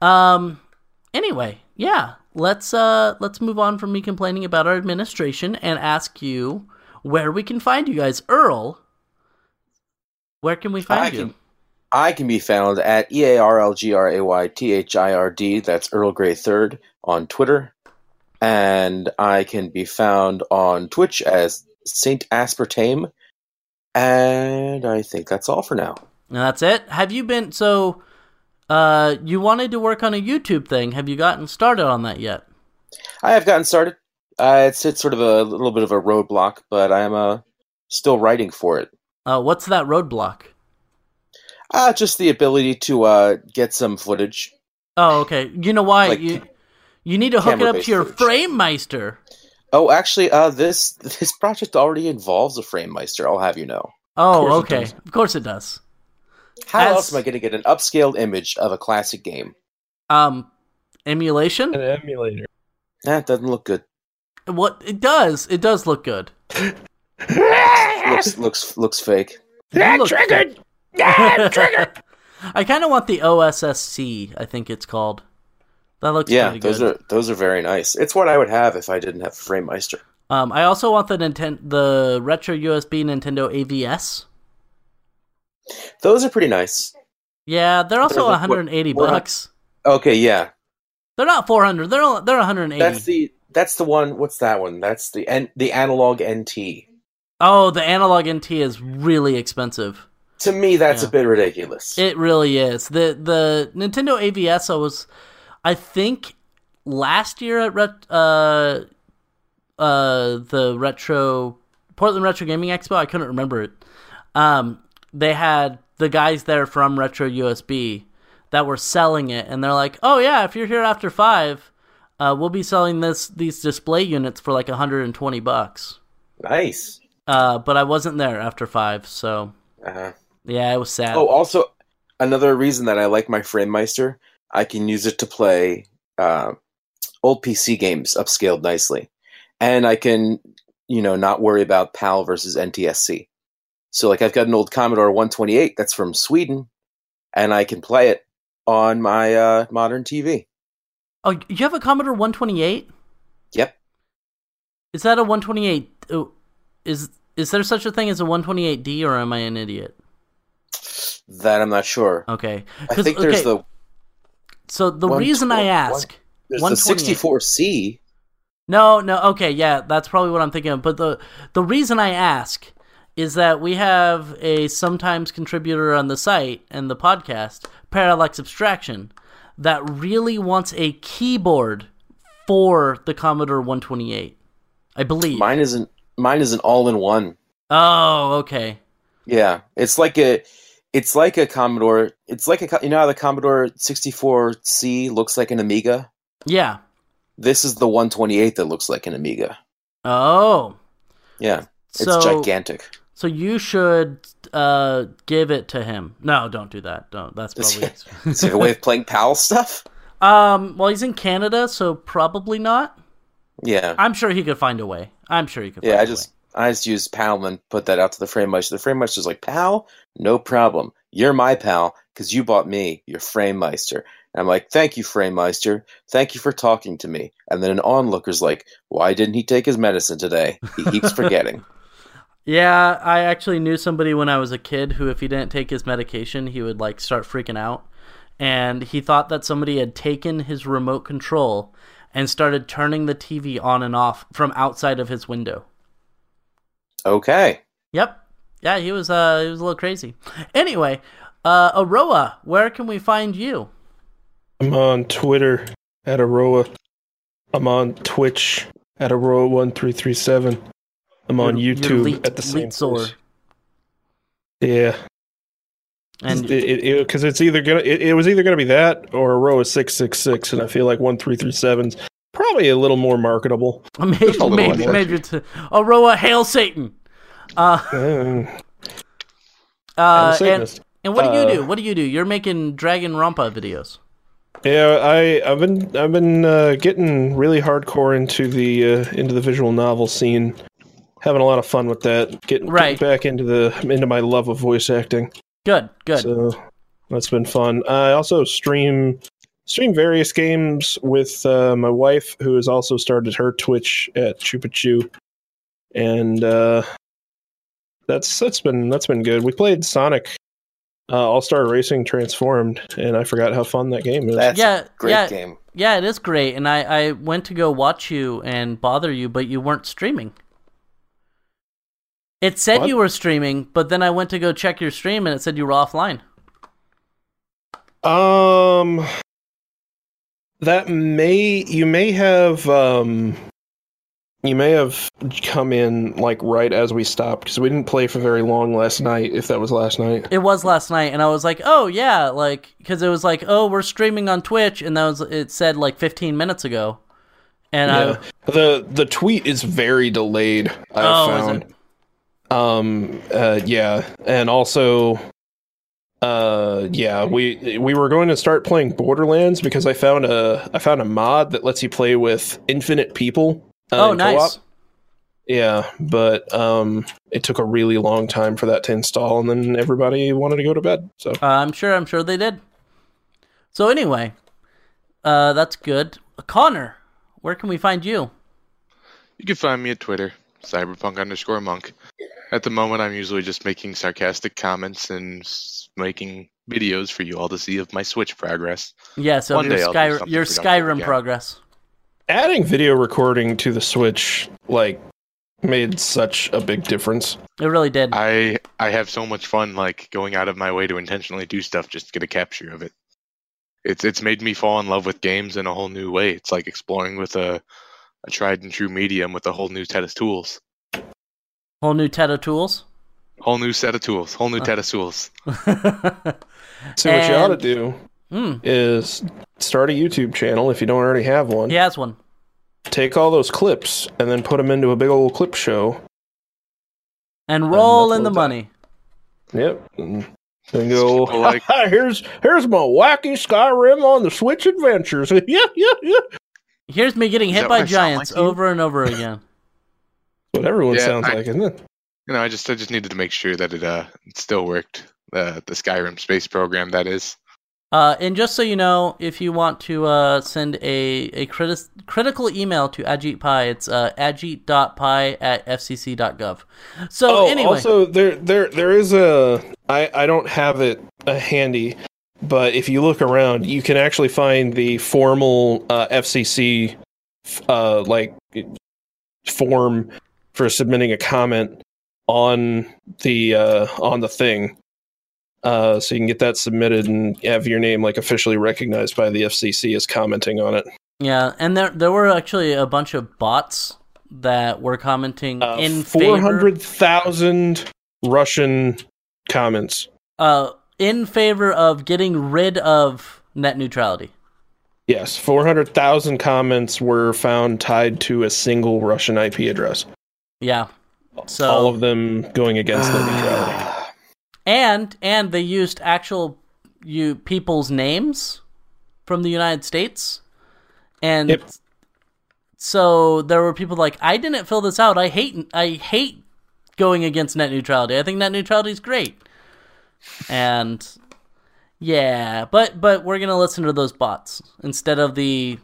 Um, anyway, yeah, let's uh let's move on from me complaining about our administration and ask you where we can find you guys, Earl. Where can we find
I
you?
can- I can be found at E A R L G R A Y T H I R D, that's Earl Grey Third, on Twitter. And I can be found on Twitch as Saint Aspartame. And I think that's all for now.
And that's it. Have you been so? Uh, you wanted to work on a YouTube thing. Have you gotten started on that yet?
I have gotten started. Uh, it's, it's sort of a little bit of a roadblock, but I'm uh, still writing for it.
Uh, what's that roadblock?
Uh, just the ability to uh, get some footage.
Oh, okay. You know why
Like
you you need to hook it up to
camera-based
your
footage.
frame meister.
Oh, actually, uh, this this project already involves a frame meister. I'll have you know.
Oh,
Of course it
okay.
does.
Of course it does.
How
As-
else am I going to get an upscaled image of a classic game?
Um, emulation.
An emulator.
That doesn't look good.
What it does, it does look good.
Looks looks looks fake.
Yeah, triggered. triggered. I kind of want the OSSC. I think it's called. That looks
yeah,
pretty
those
good.
are those are very nice. It's what I would have if I didn't have Frame Meister.
Um, I also want the Nintendo, the retro USB Nintendo AVS.
Those are pretty nice.
Yeah, they're also
They're like, what,
180
400?
bucks.
Okay, yeah,
They're not 400. They're only- they're 180.
that's the that's the one. What's that one? That's the N, the analog NT.
oh, the analog NT is really expensive.
To me, that's
Yeah.
a bit ridiculous.
It really is. The the Nintendo AVS I was I think last year at ret- uh uh the retro Portland Retro Gaming Expo, I couldn't remember it. Um they had the guys there from Retro USB that were selling it and they're like, "Oh yeah, if you're here after 5, uh we'll be selling this these display units for like 120 bucks."
nice.
Uh but I wasn't there after 5, so
Uh,
yeah, it was sad.
oh, also another reason that I like my Frame Meister, I can use it to play uh, old PC games upscaled nicely, and I can you know not worry about PAL versus NTSC. So like I've got an old Commodore 128 that's from Sweden, and I can play it on my uh, modern TV.
Oh, you have a Commodore 128?
Yep.
Is that a 128? oh, Is is there such a thing as a 128D, or am I an idiot?
That I'm not sure.
Okay,
I
Uh, 'Cause-
think
okay,
there's the
so the reason I
128
ask.
there's the
128.
64C.
No, no, okay, yeah, that's probably what I'm thinking of. But the the reason I ask is that we have a sometimes contributor on the site and the podcast, Parallax Abstraction, that really wants a keyboard for the Commodore 128. I believe.
Mine isn't. Mine is an all-in-one.
oh, okay.
Yeah, it's like a, it's like a Commodore. It's like a co- you know how the Commodore 64C looks like an Amiga.
Yeah.
This is the 128 that looks like an Amiga.
Oh.
Yeah, it's
so,
gigantic.
So you should uh, give it to him. No, don't do that. Don't. That's
Is
probably.
Is it a way of playing PAL stuff?
um. Well, he's in Canada, so probably not.
Yeah,
I'm sure he could find a way. I'm sure he could.
yeah.
find
I
a
just
way.
I just used PAL and put that out to the frame meister. The frame meister's like PAL, no problem. You're my pal because you bought me your frame meister. And I'm like, thank you, frame meister. Thank you for talking to me. And then an onlooker's like, why didn't he take his medicine today? He keeps forgetting.
Yeah, I actually knew somebody when I was a kid who, if he didn't take his medication, he would like start freaking out, and he thought that somebody had taken his remote control and started turning the TV on and off from outside of his window.
Okay.
Yep. Yeah, he was uh he was a little crazy. Anyway, uh Aroa, where can we find you?
I'm on Twitter at Aroa. I'm on Twitch at Aroa1337. I'm on
Your- your
YouTube
leet-
at the same
leet sore.
place. Yeah,
And
because it, it- 'cause it's either gonna it, it was either gonna be that or Aroa six six six, and I feel like one three three seven's probably a little more marketable.
maybe
a little
maybe,
less
maybe it's Aroa hail Satan. Uh
Uh,
Uh,
I'm a
and,
Satanist.
and what do you
Uh,
do? What do you do? You're making Dragon Rampa videos.
Yeah, I I've been I've been uh, getting really hardcore into the uh, into the visual novel scene, having a lot of fun with that. Getting, getting
Right.
back into the into my love of voice acting.
Good, good.
So that's been fun. I also stream stream various games with uh, my wife, who has also started her Twitch at Chupa Chew, and uh, that's that's been that's been good. We played Sonic uh, All Star Racing Transformed, and I forgot how fun that game is.
That's a
yeah,
great
yeah,
game.
yeah. It is great, and I I went to go watch you and bother you, but you weren't streaming. It said
What?
you were streaming, but then I went to go check your stream, and it said you were offline.
Um, that may you may have um, you may have come in like right as we stopped because we didn't play for very long last night. If that was last night,
It was last night, and I was like, "Oh yeah," like because it was like, "Oh, we're streaming on Twitch," and that was it said like 15 minutes ago, and
yeah. the the tweet is very delayed. I
Oh, is
found. Um. Uh. Yeah. And also. Uh. Yeah. We we were going to start playing Borderlands because I found a I found a mod that lets you play with infinite people.
I
uh,
oh
in co-op.
nice,
Yeah, but um, it took a really long time for that to install, and then everybody wanted to go to bed. So
uh, I'm sure, I'm sure they did. So anyway, uh, that's good. Connor, where can we find you?
You can find me at Twitter, cyberpunk underscore monk. At the moment, I'm usually just making sarcastic comments and s- making videos for you all to see of my Switch progress.
Yes, of
One
your
day I'll do
Sky,
something
your
productive
Skyrim
again.
progress.
adding video recording to the Switch like made such a big difference.
It really did.
I I have so much fun like going out of my way to intentionally do stuff just to get a capture of it. It's it's made me fall in love with games in a whole new way. It's like exploring with a a tried and true medium with a whole new set of tools.
Whole new Teta tools.
Whole new set of tools, whole new set of tools.
Hmm.
So what you ought to
And-
do
Hmm,
is start a YouTube channel if you don't already have one.
he has one.
Take all those clips and then put them into a big old clip show.
And roll
that's
in the
all done.
money.
Yep. And then go.
People like-
here's here's my wacky Skyrim on the Switch adventures. yeah, yeah, yeah.
Here's me getting
Is
hit
that
by
what I sound
giants
like to you?
over and over again.
What everyone
Yeah,
sounds
I-
like, isn't it?
You know, I just I just needed to make sure that it uh it still worked. Uh, the Skyrim space program that is.
Uh, and just so you know, if you want to uh, send a, a critis- critical email to Ajit Pai, it's uh, ajit.pi at fcc.gov. So,
oh,
anyway,
also there there there is a I I don't have it uh, handy, but if you look around, you can actually find the formal uh, FCC f- uh like it- form for submitting a comment on the uh on the thing. Uh, so you can get that submitted and have your name like officially recognized by the FCC as commenting on it.
yeah, and there there were actually a bunch of bots that were commenting
Uh,
in
Four
favor,
hundred thousand Russian comments.
uh, in favor of getting rid of net neutrality.
Yes, 400,000 comments were found tied to a single Russian IP address.
Yeah. So
All of them going against
Ah.
the neutrality.
and and they used actual you people's names from the United States, and
Yep.
so there were people like I didn't fill this out. I hate I hate going against net neutrality. I think net neutrality is great, and yeah, but but we're gonna listen to those bots instead of the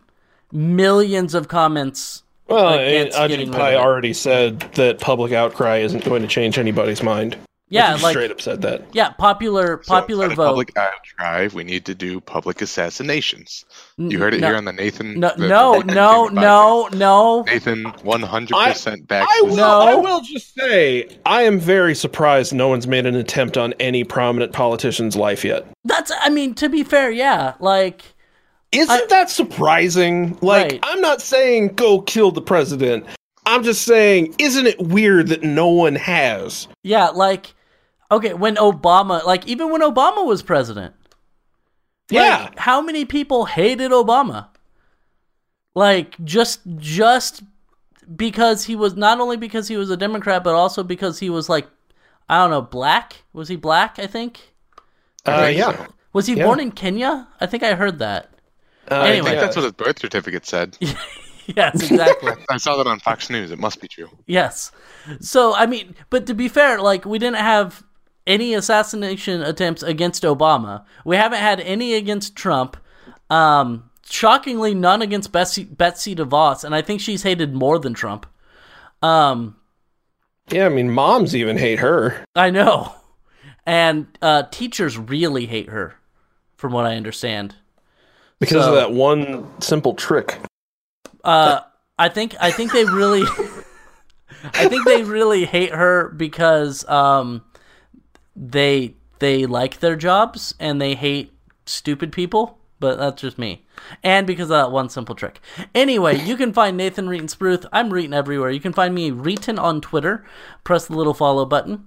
millions of comments.
Well,
Against getting rid
Ajit Pai
of it.
already said that public outcry isn't going to change anybody's mind.
Yeah,
He
like
straight up said that.
yeah, popular
So
popular
instead of
vote.
Public outcry. We need to do public assassinations. You heard it
no-
here on the Nathan.
no,
the- the
no,
Nathan
no,
Kingdom
no, no.
podcast. Nathan, one hundred percent back. this-
No. I
will just say, I am very surprised no one's made an attempt on any prominent politician's life yet.
That's I mean to be fair, yeah. Like
Isn't
I-
that surprising? Like,
Right.
I'm not saying go kill the president. I'm just saying, isn't it weird that no one has?
yeah, like okay, when Obama, like even when Obama was president. like,
Yeah.
how many people hated Obama? Like just just because he was not only because he was a Democrat but also because he was like I don't know, black? Was he black, I think?
I
Uh,
think
yeah.
so.
Was he
Yeah.
born in Kenya? I think I heard that.
Uh,
I
Anyway.
think that's what his birth certificate said.
Yes, exactly.
I saw that on Fox News. It must be true.
yes. So, I mean, but to be fair, like, we didn't have any assassination attempts against Obama. We haven't had any against Trump. Um, shockingly, none against Betsy, Betsy DeVos, and I think she's hated more than Trump. Um,
yeah, I mean, moms even hate her.
I know. And uh, teachers really hate her, from what I understand.
Because
So-
of that one simple trick.
Uh, I think I think they really, I think they really hate her because um, they they like their jobs and they hate stupid people. But that's just me, and because of that one simple trick. Anyway, you can find Nathan Reeton Spruth. I'm Reeton everywhere. You can find me Reeton on Twitter. Press the little follow button.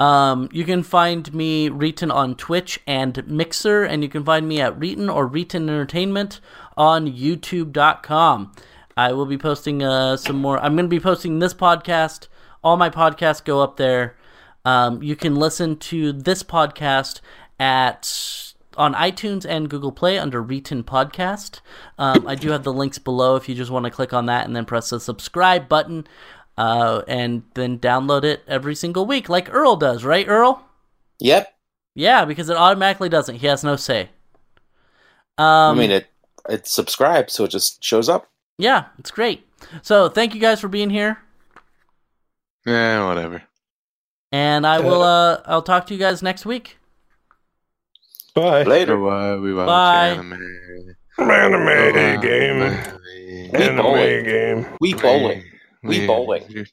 Um, you can find me Reeton on Twitch and Mixer, and you can find me at Reeton or Reeton Entertainment on YouTube.com. I will be posting uh, some more. I'm going to be posting this podcast. All my podcasts go up there. Um, you can listen to this podcast at on iTunes and Google Play under Reeton Podcast. Um, I do have the links below if you just want to click on that and then press the subscribe button uh, and then download it every single week, like Earl does, right, Earl?
Yep.
Yeah, because it automatically doesn't. He has no say. Um,
I mean, it it subscribes, so it just shows up.
yeah, it's great. So thank you guys for being here,
Yeah, whatever.
and I will. Uh, I'll talk to you guys next week.
Bye.
Later.
So, uh, we watch
Bye.
anime.
Anime
Uh,
game.
anime.
We
Anime
bowling.
game.
We bowling. We
Yeah.
bowling.